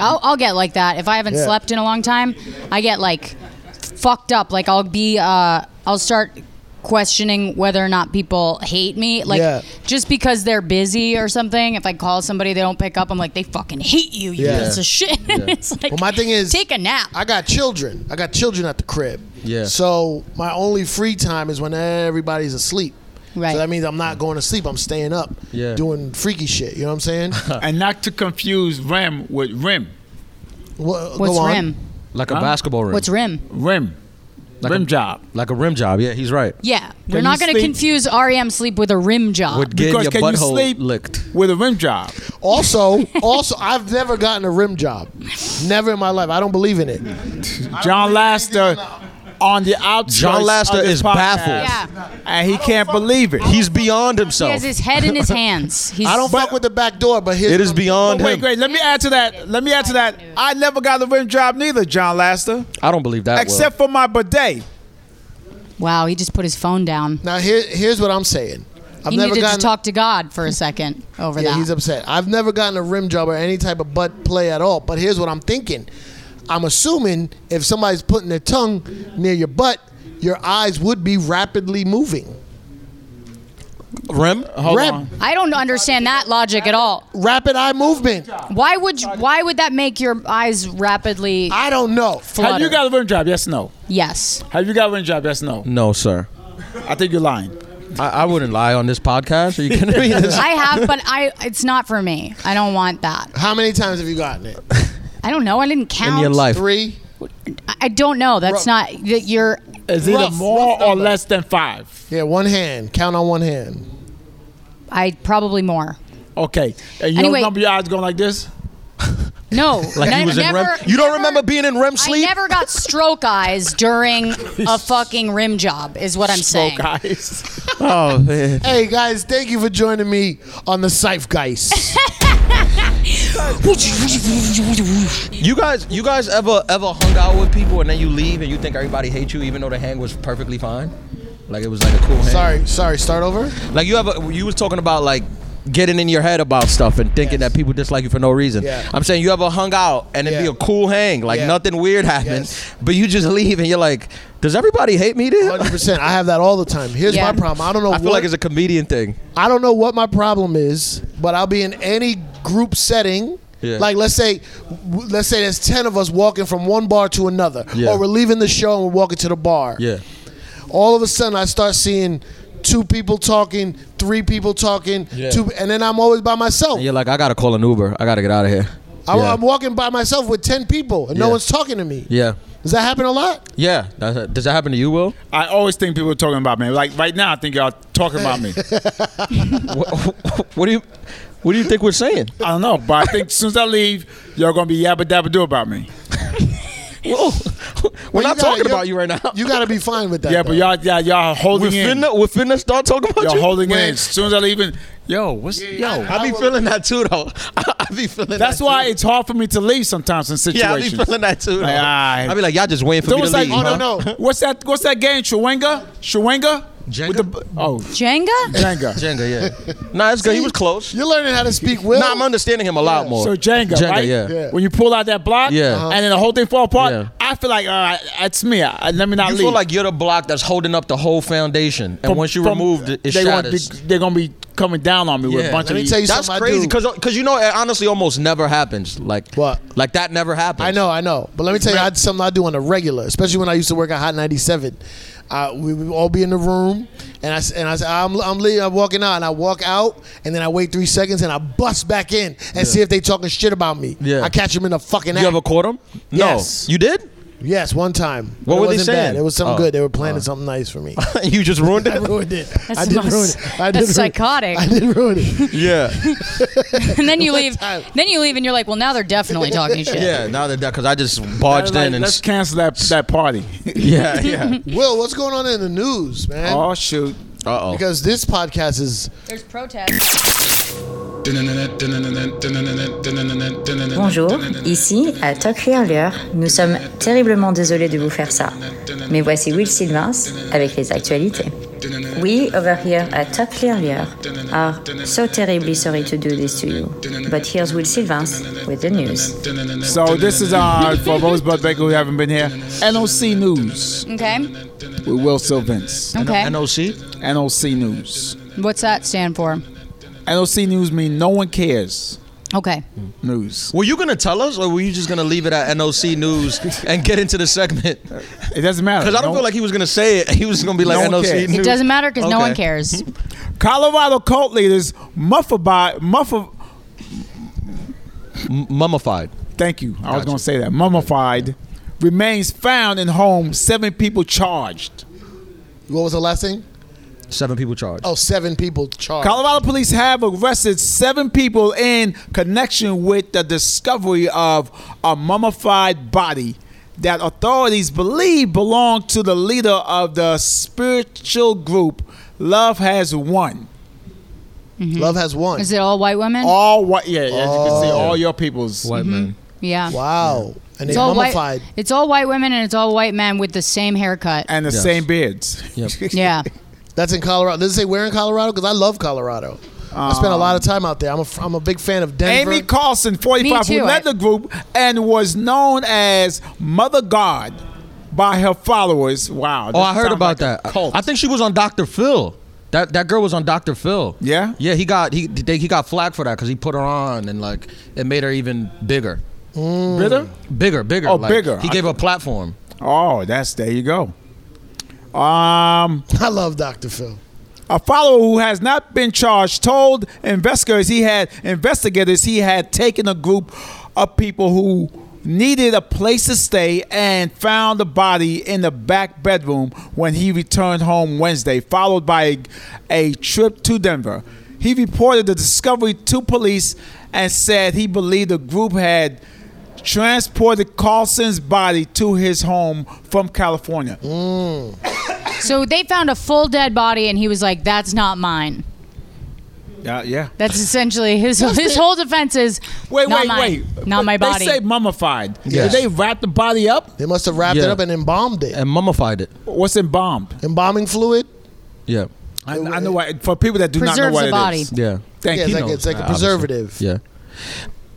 I'll, I'll get like that if I haven't Yeah. slept in a long time. I get like fucked up. Like I'll be, uh, I'll start questioning whether or not people hate me. Like Yeah. just because they're busy or something. If I call somebody, they don't pick up. I'm like, they fucking hate you. You Yeah. piece of shit. (laughs) it's like, Well, my thing is- take a nap. I got children. I got children at the crib. Yeah. So my only free time is when everybody's asleep. Right. So that means I'm not going to sleep. I'm staying up. Yeah. Doing freaky shit. You know what I'm saying? And not to confuse REM with RIM. Well, What's go on. rim? Like a Huh? basketball REM. What's rim? RIM. Like Rim a, job. Like a rim job. Yeah, he's right. Yeah, we're you not going to sleep- confuse REM sleep with a rim job. Would get Because your can you butthole sleep- licked. With a rim job. Also, also, I've never gotten a rim job. Never in my life. I don't believe in it. John Laster on the outskirts. John Laster of this is podcast, baffled. Yeah. And he can't believe it. He's beyond he himself. has his head (laughs) in his hands. He's, I don't fuck with the back door, but here's it is my- beyond Wait, him. great. Let me add to that. Let me add to that. I never got a rim job neither, John Laster, I don't believe that. Will. except for my bidet. Wow, he just put his phone down. Now here, here's what I'm saying. I've he never needed gotten. to talk to God for a second over yeah, that. he's upset. I've never gotten a rim job or any type of butt play at all. But here's what I'm thinking. I'm assuming if somebody's putting their tongue near your butt, your eyes would be rapidly moving. Rim. Hold Rap- on. I don't understand that logic at all. Rapid eye movement. Why would you, why would that make your eyes rapidly I don't know. flutter? Have you got a rim job? Yes, no. yes. Have you got a rim job? Yes, no. No, sir. I think you're lying. I, I wouldn't lie on this podcast. Are you kidding (laughs) me? This- I have, but I it's not for me. I don't want that. How many times have you (laughs) gotten it? I don't know. I didn't count. in your life. Three. I- I don't know. That's not that you're. Is Rough, either rough more or number. less than five? Yeah, one hand. Count on one hand. I probably more. Okay. And you Anyway- don't remember your eyes going like this? No, (laughs) Like ne- he was never, in REM. You don't never- remember being in REM sleep? I never got stroke eyes during (laughs) a fucking rim job. Is what I'm saying. Smoke eyes. (laughs) oh man. Hey guys, thank you for joining me on the Seifgeist. You guys, you guys ever ever hung out with people and then you leave and you think everybody hates you even though the hang was perfectly fine? Like it was like a cool hang. sorry, sorry. Start over. Like you ever you was talking about like getting in your head about stuff and thinking that people dislike you for no reason. Yeah. I'm saying you ever hung out and it'd Yeah. be a cool hang, like Yeah. nothing weird happened, Yes. but you just leave and you're like, does everybody hate me? There? (laughs) Hundred percent. I have that all the time. Here's Yeah. my problem. I don't know. I feel what, like it's a comedian thing. I don't know what my problem is, but I'll be in any group setting. Yeah. Like let's say, w- let's say there's ten of us walking from one bar to another, Yeah. or we're leaving the show and we're walking to the bar. Yeah. All of a sudden, I start seeing two people talking, three people talking, Yeah. two, and then I'm always by myself. And you're like, I gotta call an Uber. I gotta get out of here. I'm, yeah. I'm walking by myself with ten people, and no Yeah. one's talking to me. yeah. Does that happen a lot? Yeah. That's- Does that happen to you, Will? (laughs) I always think people are talking about me. Like right now, I think y'all talking (laughs) about me. what, what do you what do you think we're (laughs) saying? I don't know, but I think as soon as I leave, y'all gonna be yabba dabba do about me. Whoa. We're not Well, you gotta- talking you- about you right now. You got to be fine with that. Yeah, though. but y'all, y'all, y'all we're (laughs) holding in. finna, we're finna start talking about y'all you. holding in. Wait. As soon as I leave, in, yo, what's yo? I be feeling that too, though. (laughs) I be feeling That's that why too. it's hard for me to leave sometimes in Yeah, I be situations. feeling that too. Though. Like, I, alright. be like, y'all just waiting for There me to was like, leave. oh huh? no no, what's that? What's that game? Shawanga, Shawanga, Jenga? With the, b- oh, (laughs) Jenga. Jenga. Jenga, (laughs) yeah. nah, that's good. He was close. You're learning how to speak well. Nah, I'm understanding him a lot more. So Jenga, Jenga, right? yeah. Yeah. When you pull out that block, Yeah. Uh-huh. and then the whole thing fall apart. Yeah. I feel like, all right, that's me. I, let me not You leave. feel like you're the block that's holding up the whole foundation, and From- once you from- remove it, it they gonna be, shatters. they're gonna be coming down on me with Yeah. a bunch Let of me these- tell you That's something. I crazy, do. cause 'cause you know it honestly almost never happens. Like What? Like that never happens. I know, I know. But let me tell you, I had something I do on a regular, especially when I used to work at Hot 97. Uh, we would all be in the room, and I s- and I said, I'm I'm leaving, I'm walking out, and I walk out, and then I wait three seconds, and I bust back in and see if they talking shit about me. Yeah. I catch them in the fucking. You act. ever caught him? No. Yes. You did? Yes, one time. What it were they wasn't saying? Bad. It was something Oh. good. They were planning something nice (laughs) for me. you just ruined I it. ruined it. I the did most- ruin it. I did that's ruin it. psychotic. I did ruin (laughs) it. yeah. and then you leave. time? Then you leave, and you're like, well, now they're definitely (laughs) talking shit. Yeah. Now that because I just barged Like, in and let's s- cancel that that party. (laughs) (laughs) yeah yeah. Will, what's going on in the news, man? oh shoot. Uh oh. Because this podcast is There's protests. Bonjour, ici à Talk Hurler. Nous sommes terriblement désolés de vous faire ça. Mais voici Will Sylvins avec les actualités. We over here at Talk Hurler are Ah, so terribly sorry to do this to you. But here's Will Sylvins with the news. So this is uh, for Rosebud Baker who haven't been here. NOC News Okay. with Will Sylvans. Okay. NOC. NOC News. What's that stand for? NOC News means no one cares. Okay. News. Were you gonna tell us, or were you just gonna leave it at NOC news and get into the segment? Because It doesn't matter. I don't No- feel like he was gonna say it. (laughs) He was gonna be like No one NOC cares. It news. It doesn't matter because no Okay. one (laughs) cares. Colorado cult leaders muffabot muffa. M- mummified. Thank you. I was Gotcha. gonna say that mummified Remains found in home. Seven people charged. What was the last thing? Seven people charged. Oh, seven people charged. Colorado police have arrested seven people in connection with the discovery of a mummified body that authorities believe belonged to the leader of the spiritual group Love Has Won. Love has won. Is it all white women? All white, yeah, as you can see, all your peoples. White man. yeah. wow. And they It's all mummified. white. It's all white women and it's all white men with the same haircut. And the Yes. same beards. Yep. yeah. That's in Colorado. Does it say where in Colorado? Because I love Colorado. I Ah. spent a lot of time out there. I'm a, I'm a big fan of Denver. (laughs) Amy Carlson, 45, Me who too, led I- the group and was known as Mother God by her followers. Wow. Oh, this I heard sound about like that. a Cult. I think she was on Dr. Phil. That that girl was on Dr. Phil. Yeah? Yeah, he got he they, he got flack for that because he put her on and like it made her even bigger, Bitter? bigger, bigger. Oh, like, bigger. He I- gave her a platform. Oh, that's there you go. Um, I love Dr. Phil. a follower who has not been charged told investigators he had investigators he had taken a group of people who needed a place to stay and found the body in the back bedroom when he returned home Wednesday, followed by a, a trip to Denver. He reported the discovery to police and said he believed the group had transported Carlson's body to his home from California. So they found a full dead body and he was like, "That's not mine." Yeah, yeah. That's essentially (laughs) his his whole defense is Wait, not wait, mine, wait. Not But my body. They say mummified. Yes. Did they wrap the body up? They must have wrapped it Yeah. up and embalmed it. And mummified it. What's embalmed? Embalming fluid? Yeah. I, I know why. For people that do not know Preserves what the it is. body. Yeah. Thank Yeah, you. it's like, it's like a obviously. preservative. Yeah.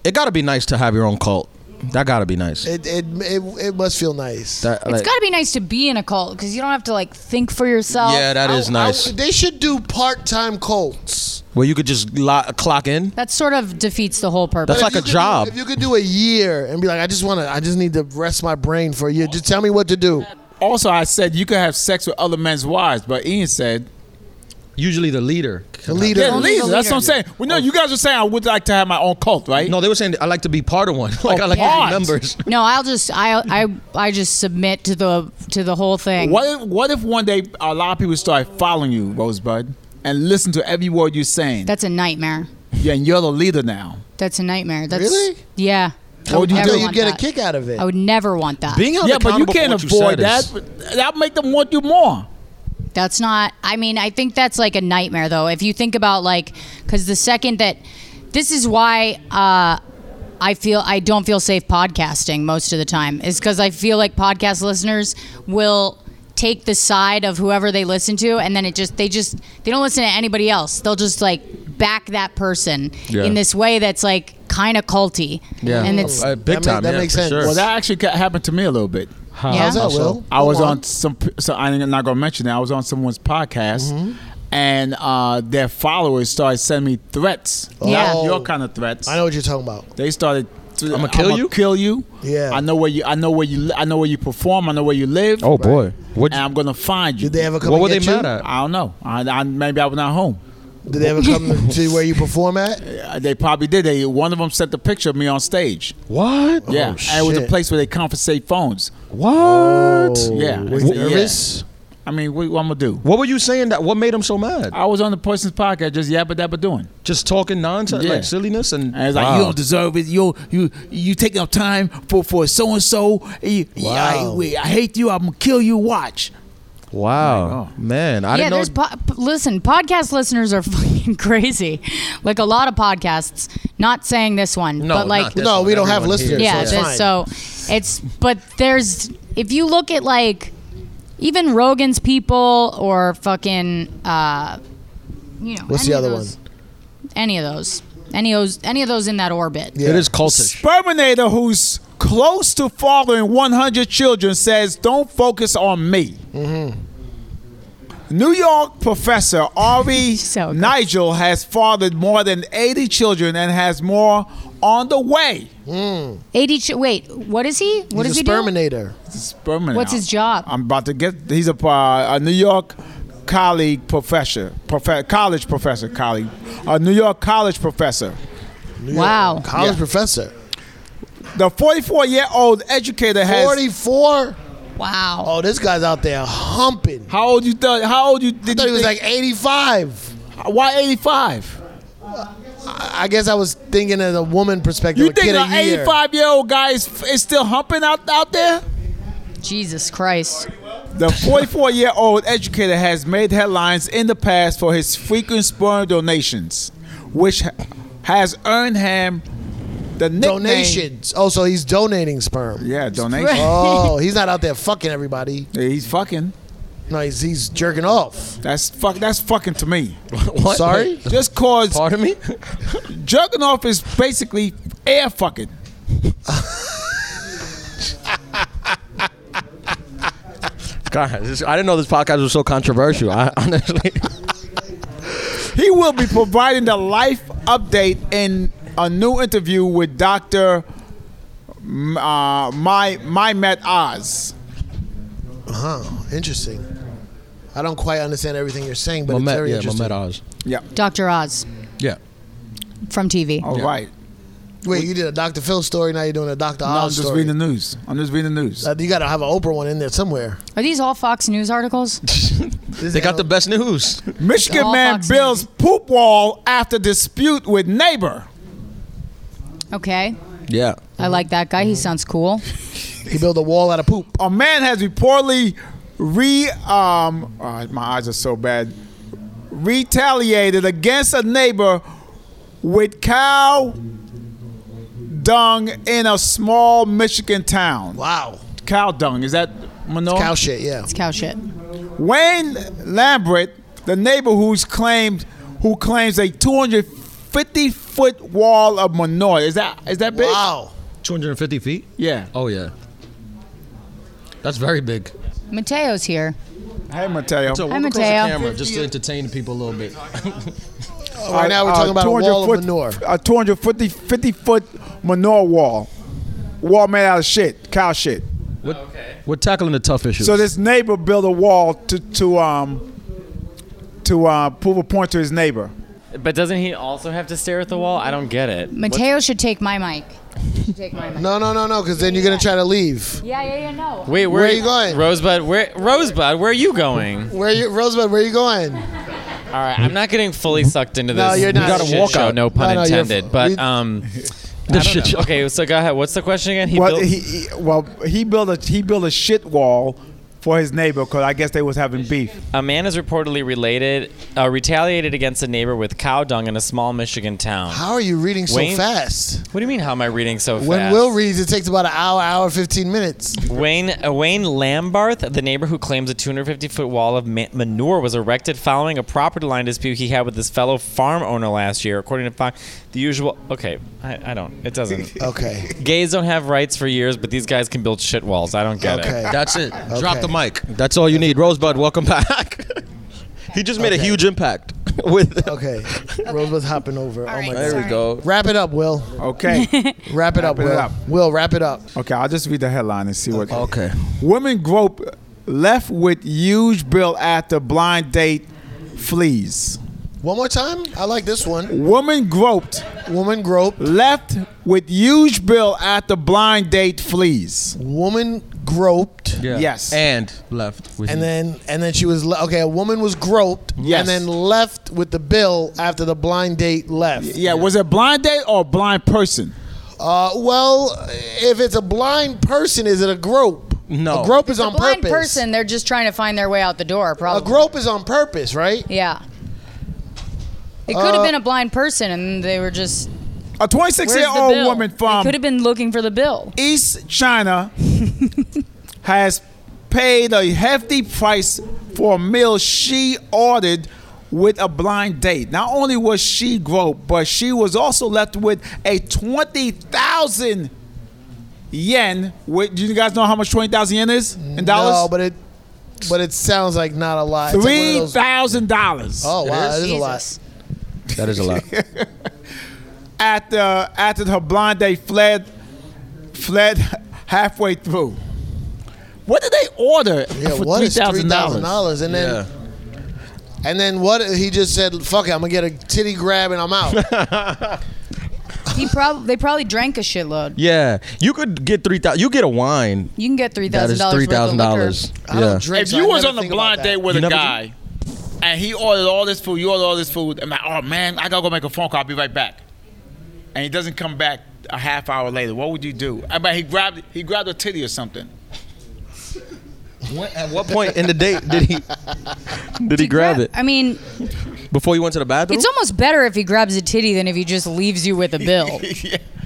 It gotta be nice to have your own cult. That gotta be nice. It, it, it, it must feel nice. That, it's got to be nice to be in a cult because you don't have to like think for yourself. Yeah, that is I- nice. they should do part time cults. Where you could just lo- clock in. that sort of defeats the whole purpose. That's like you a could do- job. if you could do a year and be like, I just want to, I just need to rest my brain for a year. Just tell me what to do. Also, I said you could have sex with other men's wives, but Ian said. Usually the leader. The leader. Yeah, Only the leaders. That's what I'm saying. Well, no, you guys were saying I would like to have my own cult, right? No, they were saying I like to be part of one. (laughs) Like I like part. to be members. no, I'll just I I I just submit to the to the whole thing. What if, what if one day a lot of people start following you, Rosebud, and listen to every word you're saying? That's a nightmare. yeah, and you're the leader now. That's a nightmare. That's, Really? Yeah. I What would you never do? You'd want get a that. kick out of it. I would never want that. Being held Yeah, but you accountable for what can't you avoid said is- that. That'll make them want you more. That's not, I mean, I think that's like a nightmare though. If you think about like, because the second that, this is why uh, I feel, I don't feel safe podcasting most of the time, is because I feel like podcast listeners will take the side of whoever they listen to and then it just, they just, they don't listen to anybody else. They'll just like back that person Yeah. in this way that's like kind of culty. Yeah. And it's, Uh, big That time. make- that yeah, makes for sense. Sure. Well, that actually ca- happened to me a little bit. yeah. How's that, Will? I was Go on some. So I'm not gonna mention it. I was on someone's podcast, Mm-hmm. and uh, their followers started sending me threats. Yeah. Not your kind of threats. Oh. I know what you're talking about. They started. To, I'ma kill you?" Kill you. Yeah. I know where you. I know where you. li- I know where you perform. I know where you live. Oh boy. What And I'm gonna find you. Did they ever come? what and were they get you? mad at? I don't know. I, I maybe I was not home. Did they ever (laughs) come to where you perform at? Uh, They probably did. They one of them sent the picture of me on stage. What? Oh, Yeah, and it was Oh, a shit. place where they confiscate phones. What? Yeah, Were Yeah. you Oh, nervous? I mean, what, what I'm gonna do? What were you saying that what made him so mad? I was on the person's podcast, just yabba dabba doing. Just talking nonsense Yeah. like silliness and, And it's like you don't deserve it. You you you taking up time for for so and so. Wow. I, I hate you. I'm gonna kill you. Watch. Oh Wow. Man, I yeah, didn't know there's po- p- listen, podcast listeners are (laughs) fucking crazy. Like a lot of podcasts, not saying this one, No, but like not this No, one. we don't have Everyone listeners, here. yeah, it's there's- fine. so it's but there's if you look at like even Rogan's people or fucking uh you know, What's any the of other those- Any of those. Any of those any of those in that orbit. Yeah. It is cultish. Sperminator, who's close to fathering 100 children, says, "Don't focus on me." New York professor (laughs) Ari So good. Nigel has fathered more than 80 children and has more on the way. 80 ch- wait, what is he? What He's does a he do? sperminator. Sperminator. What's his job? I'm about to get. He's a, uh, a New York colleague professor, profe- college professor, colleague, a New York college professor. Wow. College professor. The 44 year old educator has. 44. Wow. Oh, this guy's out there humping. How old you thought? How old you I did thought you he was think- like 85. Why 85? I I guess I was thinking as a woman perspective. You a think kid an a year. 85 year old guy is, is still humping out, out there? Jesus Christ. (laughs) The 44 year old educator has made headlines in the past for his frequent sperm donations, which ha- has earned him the nickname. Donations. Oh, so he's donating sperm. Yeah, donation. Oh, he's not out (laughs) there fucking everybody. He's fucking. No, he's, he's jerking off. That's fuck. That's fucking to me. What? Sorry? Just cause Pardon me? jerking off is basically air fucking. God, this, I didn't know this podcast was so controversial. I (laughs) honestly. He will be providing the life update in a new interview with Doctor M- uh, My My Matt Oz. Oh, interesting. I don't quite understand everything you're saying, but My it's Met, very yeah, my interesting. Met Oz. Yeah. Dr. Oz Yeah. from TV. All right. Wait, you did a Dr. Phil story. Now you're doing a Dr. No, I'm Oz just story. reading the news. I'm just reading the news. Uh, you got to have an Oprah one in there somewhere. Are these all Fox News articles? They got the best news. Michigan all man Fox builds poop wall after dispute with neighbor. Okay. Yeah. I like that guy. He sounds cool. He built a wall out of poop. A man has reportedly re um uh, my eyes are so bad retaliated against a neighbor with cow dung in a small Michigan town. Wow. Cow dung is that manure? Cow shit, yeah. It's cow shit. Wayne Lambert, the neighbor who's claimed who claims a 250 foot wall of manure. Is that is that big? Wow. 250 feet? Yeah. Oh, yeah. That's very big. Mateo's here. Oh. Hey Mateo. So Hi, walk across the Mateo. camera just to entertain the people a little bit. Right now we're uh, talking about a wall of manure. A 250 50 foot manure wall. Wall made out of shit, cow shit. We're tackling the tough issues. So this neighbor built a wall to to um to uh, prove a point to his neighbor. But doesn't he also have to stare at the wall? I don't get it. Mateo should take my mic. Should take my mic. No, no, no, no, because then you're going to try to leave. Yeah, yeah, yeah, no. Wait, where, Where are you going? Rosebud, where Rosebud, where are you going? Where you, Rosebud, where you going? All right, I'm not getting fully sucked into this. No, you're not. You gotta Shit walk show. out. No No, pun no, you're intended. fu- we- (laughs) but um, this I don't know. okay, so go ahead. What's the question again? He well, built. he, he well he built a he built a shit wall for his neighbor because I guess they was having beef. A man is reportedly related, uh, retaliated against a neighbor with cow dung in a small Michigan town. How are you reading so Wayne- fast? What do you mean? How am I reading so fast? When Will reads, it takes about an hour, hour, 15 minutes. Wayne uh, Wayne Lambarth, the neighbor who claims a 250 foot wall of ma- manure was erected following a property line dispute he had with his fellow farm owner last year, according to Fox. The usual. Okay, I, I don't. It doesn't. (laughs) Okay. Gays don't have rights for years, but these guys can build shit walls. I don't get it. Okay. That's it. Drop Okay. the mic. That's all you need. Rosebud, welcome back. (laughs) he just made a huge impact (laughs) with. (laughs) Okay. Rosebud's hopping over. oh, my right. God. There we go. Wrap it up, Will. (laughs) Okay, Wrap it up, it Will. up. Will, wrap it up. okay, I'll just read the headline and see what. Okay. Women grope left with huge bill after blind date flees. One more time. I like this one. Woman groped Woman groped. left with huge bill after blind date flees. Woman groped. Yeah. Yes. And left. With And you. then and then she was le- okay. A woman was groped Yes. and then left with the bill after the blind date left. Yeah, was it blind date or blind person? Uh, well, if it's a blind person, is it a grope? No. a grope is A on blind purpose. person, they're just trying to find their way out the door, A probably. grope is on purpose, right? yeah. It could Uh, have been a blind person, and they were just. A 26 Where's year the old bill? woman They could have from been looking for the bill. (laughs) East China has paid a hefty price for a meal she ordered with a blind date. Not only was she groped, but she was also left with a 20,000 yen. Wait, do you guys know how much 20,000 yen is in dollars? No, but it but it sounds like not a lot. It's like one of Three those- thousand dollars Oh wow, that is a lot. Jesus. that is a (laughs) lot. after after her blind date fled fled halfway through. What did they order Yeah, for what three is thousand dollars? dollars? And then yeah. (laughs) and then what? He just said, "Fuck it, I'm gonna get a titty grab and I'm out." He prob- they probably drank a shitload. Yeah, you could get three thousand. You get a wine. You can get three That thousand is dollars. three thousand dollars. I don't Yeah. drink. if so you I was never on a think about blind that. date with You a never guy and he ordered all this food, you ordered all this food, I'm like, oh man, I gotta go make a phone call, I'll be right back. And he doesn't come back a half hour later. What would you do? I mean, he grabbed he grabbed a titty or something. At what point in the date did (laughs) he did he grab it I mean, before you went to the bathroom? it's almost better if he grabs a titty than if he just leaves you with a (laughs) bill.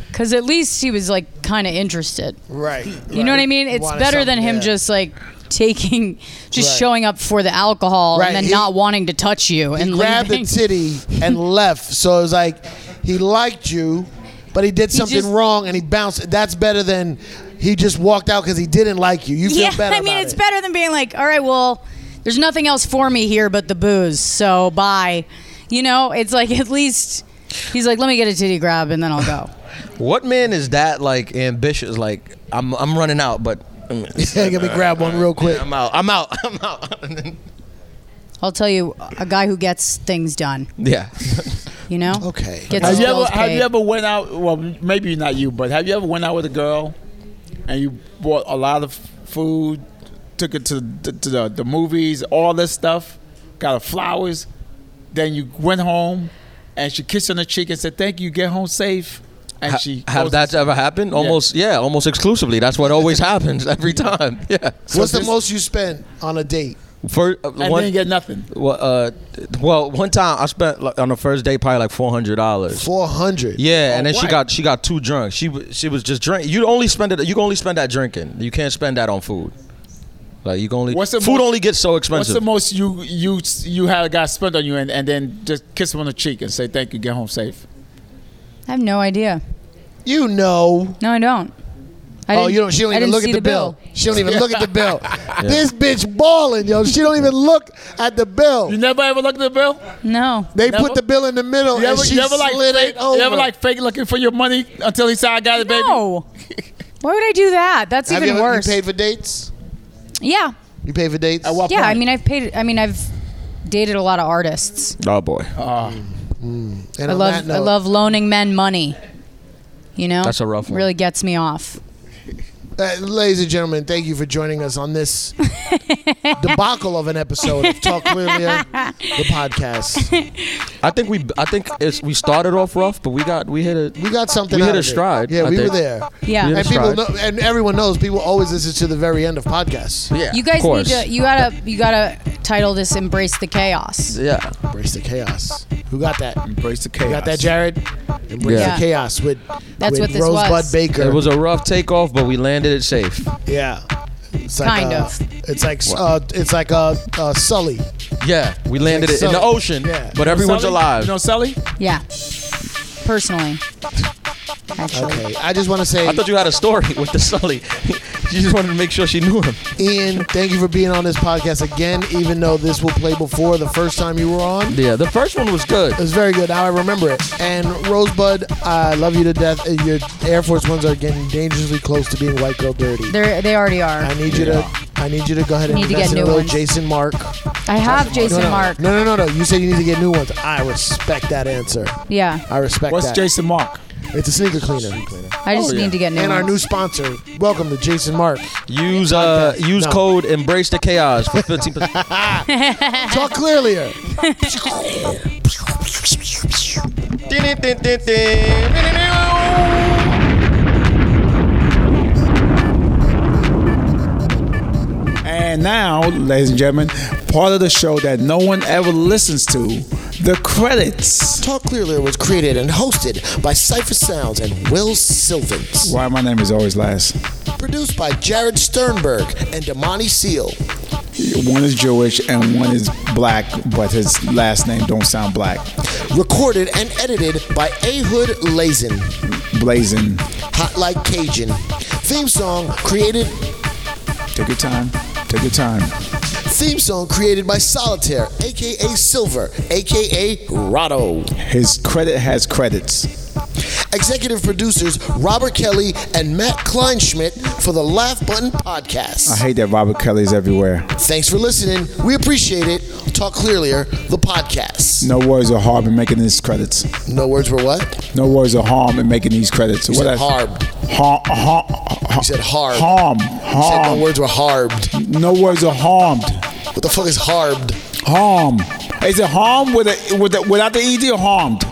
Because at least he was like kind of interested. Right. You know what I mean? It's Wanted better than something, him yeah. just like taking, just Right. showing up for the alcohol Right, and then he- not wanting to touch you and He grabbed leaving. the titty (laughs) and left. So it was like he liked you, but he did something just- wrong and he bounced. That's better than he just walked out because he didn't like you. You (laughs) feel yeah, better. I mean, about it's (laughs) it. better than being like, all right, well, there's nothing else for me here but the booze, so bye. You know, it's like at least he's like, let me get a titty grab and then I'll (laughs) go. what man is that like ambitious? Like I'm I'm running out, but (laughs) Yeah, let me grab one real quick. I'm out. I'm out. (laughs) I'm out. I'll tell you, a guy who gets things done, (laughs) yeah. you know? Okay. Gets Have his you bills ever have paid. you ever went out well maybe not you, but have you ever went out with a girl and you bought a lot of food, took it to the, to the, the movies, all this stuff, got her flowers, then you went home and she kissed you on the cheek and said, Thank you, get home safe and Ha- she have goes- that ever happened? Almost, yeah. almost exclusively. That's what always (laughs) happens every time. (laughs) Yeah. What's the this- most you spent on a date? First, uh, and one, didn't get nothing. well, uh, well, one time I spent like, on the first day probably like four hundred dollars. Four hundred. Yeah, and then she Alright. got she got too drunk. She w- she was just drinking. You only spend it. You can only spend that drinking. You can't spend that on food. Like you can only What's the food most- only gets so expensive. What's the most you you you had a guy spend on you and, and then just kiss him on the cheek and say thank you, get home safe? I have no idea. You know. No, I don't. I oh, didn't- you don't. She don't I even didn't look see at the bill. She don't even (laughs) look at the bill. This bitch balling, yo. She don't even look at the bill. You never ever looked at the bill? No. They Never- put the bill in the middle You ever, and she you ever like slid fake, it over. you ever like fake looking for your money until he said I got it, baby? (laughs) No. Why would I do that? That's Have even you ever, worse. You paid for dates. yeah. You pay for dates. At what Yeah, I point? mean, I've paid. I mean, I've dated a lot of artists. oh boy, And I on love. that note, I love loaning men money. You know, That's a rough one. Really gets me off. Uh, ladies and gentlemen, thank you for joining us (laughs) on this debacle of an episode of Talk Clearly, the podcast. I think we I think it's we started off rough, but we got we hit a We got something. We hit out a of it. stride, Yeah, I we think. were there. Yeah. Yeah. And people Stride. know, and everyone knows people always listen to the very end of podcasts. yeah. You of guys need course. to. You gotta. You gotta title this "Embrace the Chaos." yeah. Embrace the chaos. Who got that? You Embrace the chaos. got that, Jared? Embrace Yeah. the chaos with That's with what this Rosebud was. Baker. It was a rough takeoff, but we landed it safe. yeah. It's like, Kind uh, of. It's like uh, it's like uh, uh, Sully. Yeah, we landed it in the so. ocean, Yeah. but everyone's Sully? alive. You know Sully? Yeah. Personally. Actually. Okay, I just want to say, I thought you had a story (laughs) with the Sully. she just wanted to make sure she knew him. Ian, thank you for being on this podcast again. Even though this will play before the first time you were on, Yeah, the first one was good. It was very good. Now I remember it. And Rosebud, I love you to death. Uh, Your Air Force Ones are getting dangerously close to being white girl dirty. They're, they already are. I need you to. I need you to go ahead and Need to invest get in a new little ones. Jason Mark. I have Jason no, no. Mark. No, no, no, no. You said you need to get new ones. I respect that answer. Yeah. I respect What's that. Jason Mark? It's a sneaker cleaner. I just need to get new. Oh, And our ones. new sponsor. Welcome to Jason Mark. Use uh Podcast. use No. code embrace the chaos for fifteen percent. Talk clearlier. And now, ladies and gentlemen, part of the show that no one ever listens to, the credits. Talk Clearlier was created and hosted by Cypher Sounds and Will Sylvans. Why my name is always last. Produced by Jared Sternberg and Damani Seal. One is Jewish and one is black, but his last name don't sound black. Recorded and edited by Ehud Lazen. Blazing. Hot Like Cajun. Theme song created Take your time. Take your time. theme song created by Solitaire, aka Silver, aka Rotto. His credit has credits. Executive producers Robert Kelly and Matt Kleinschmidt for the Laugh Button Podcast. I hate that Robert Kelly's everywhere. Thanks for listening. We appreciate it. Talk Clearlier, the podcast. No words of harm in making these credits. No words were what? No words of harm in making these credits. You What said else? harbed. Har- har- har- You said harb. Harm. You said Harm. no words were harbed. No words are harmed. What the fuck is harbed? Harm. Is it harm with a, with a, without the ed or harmed?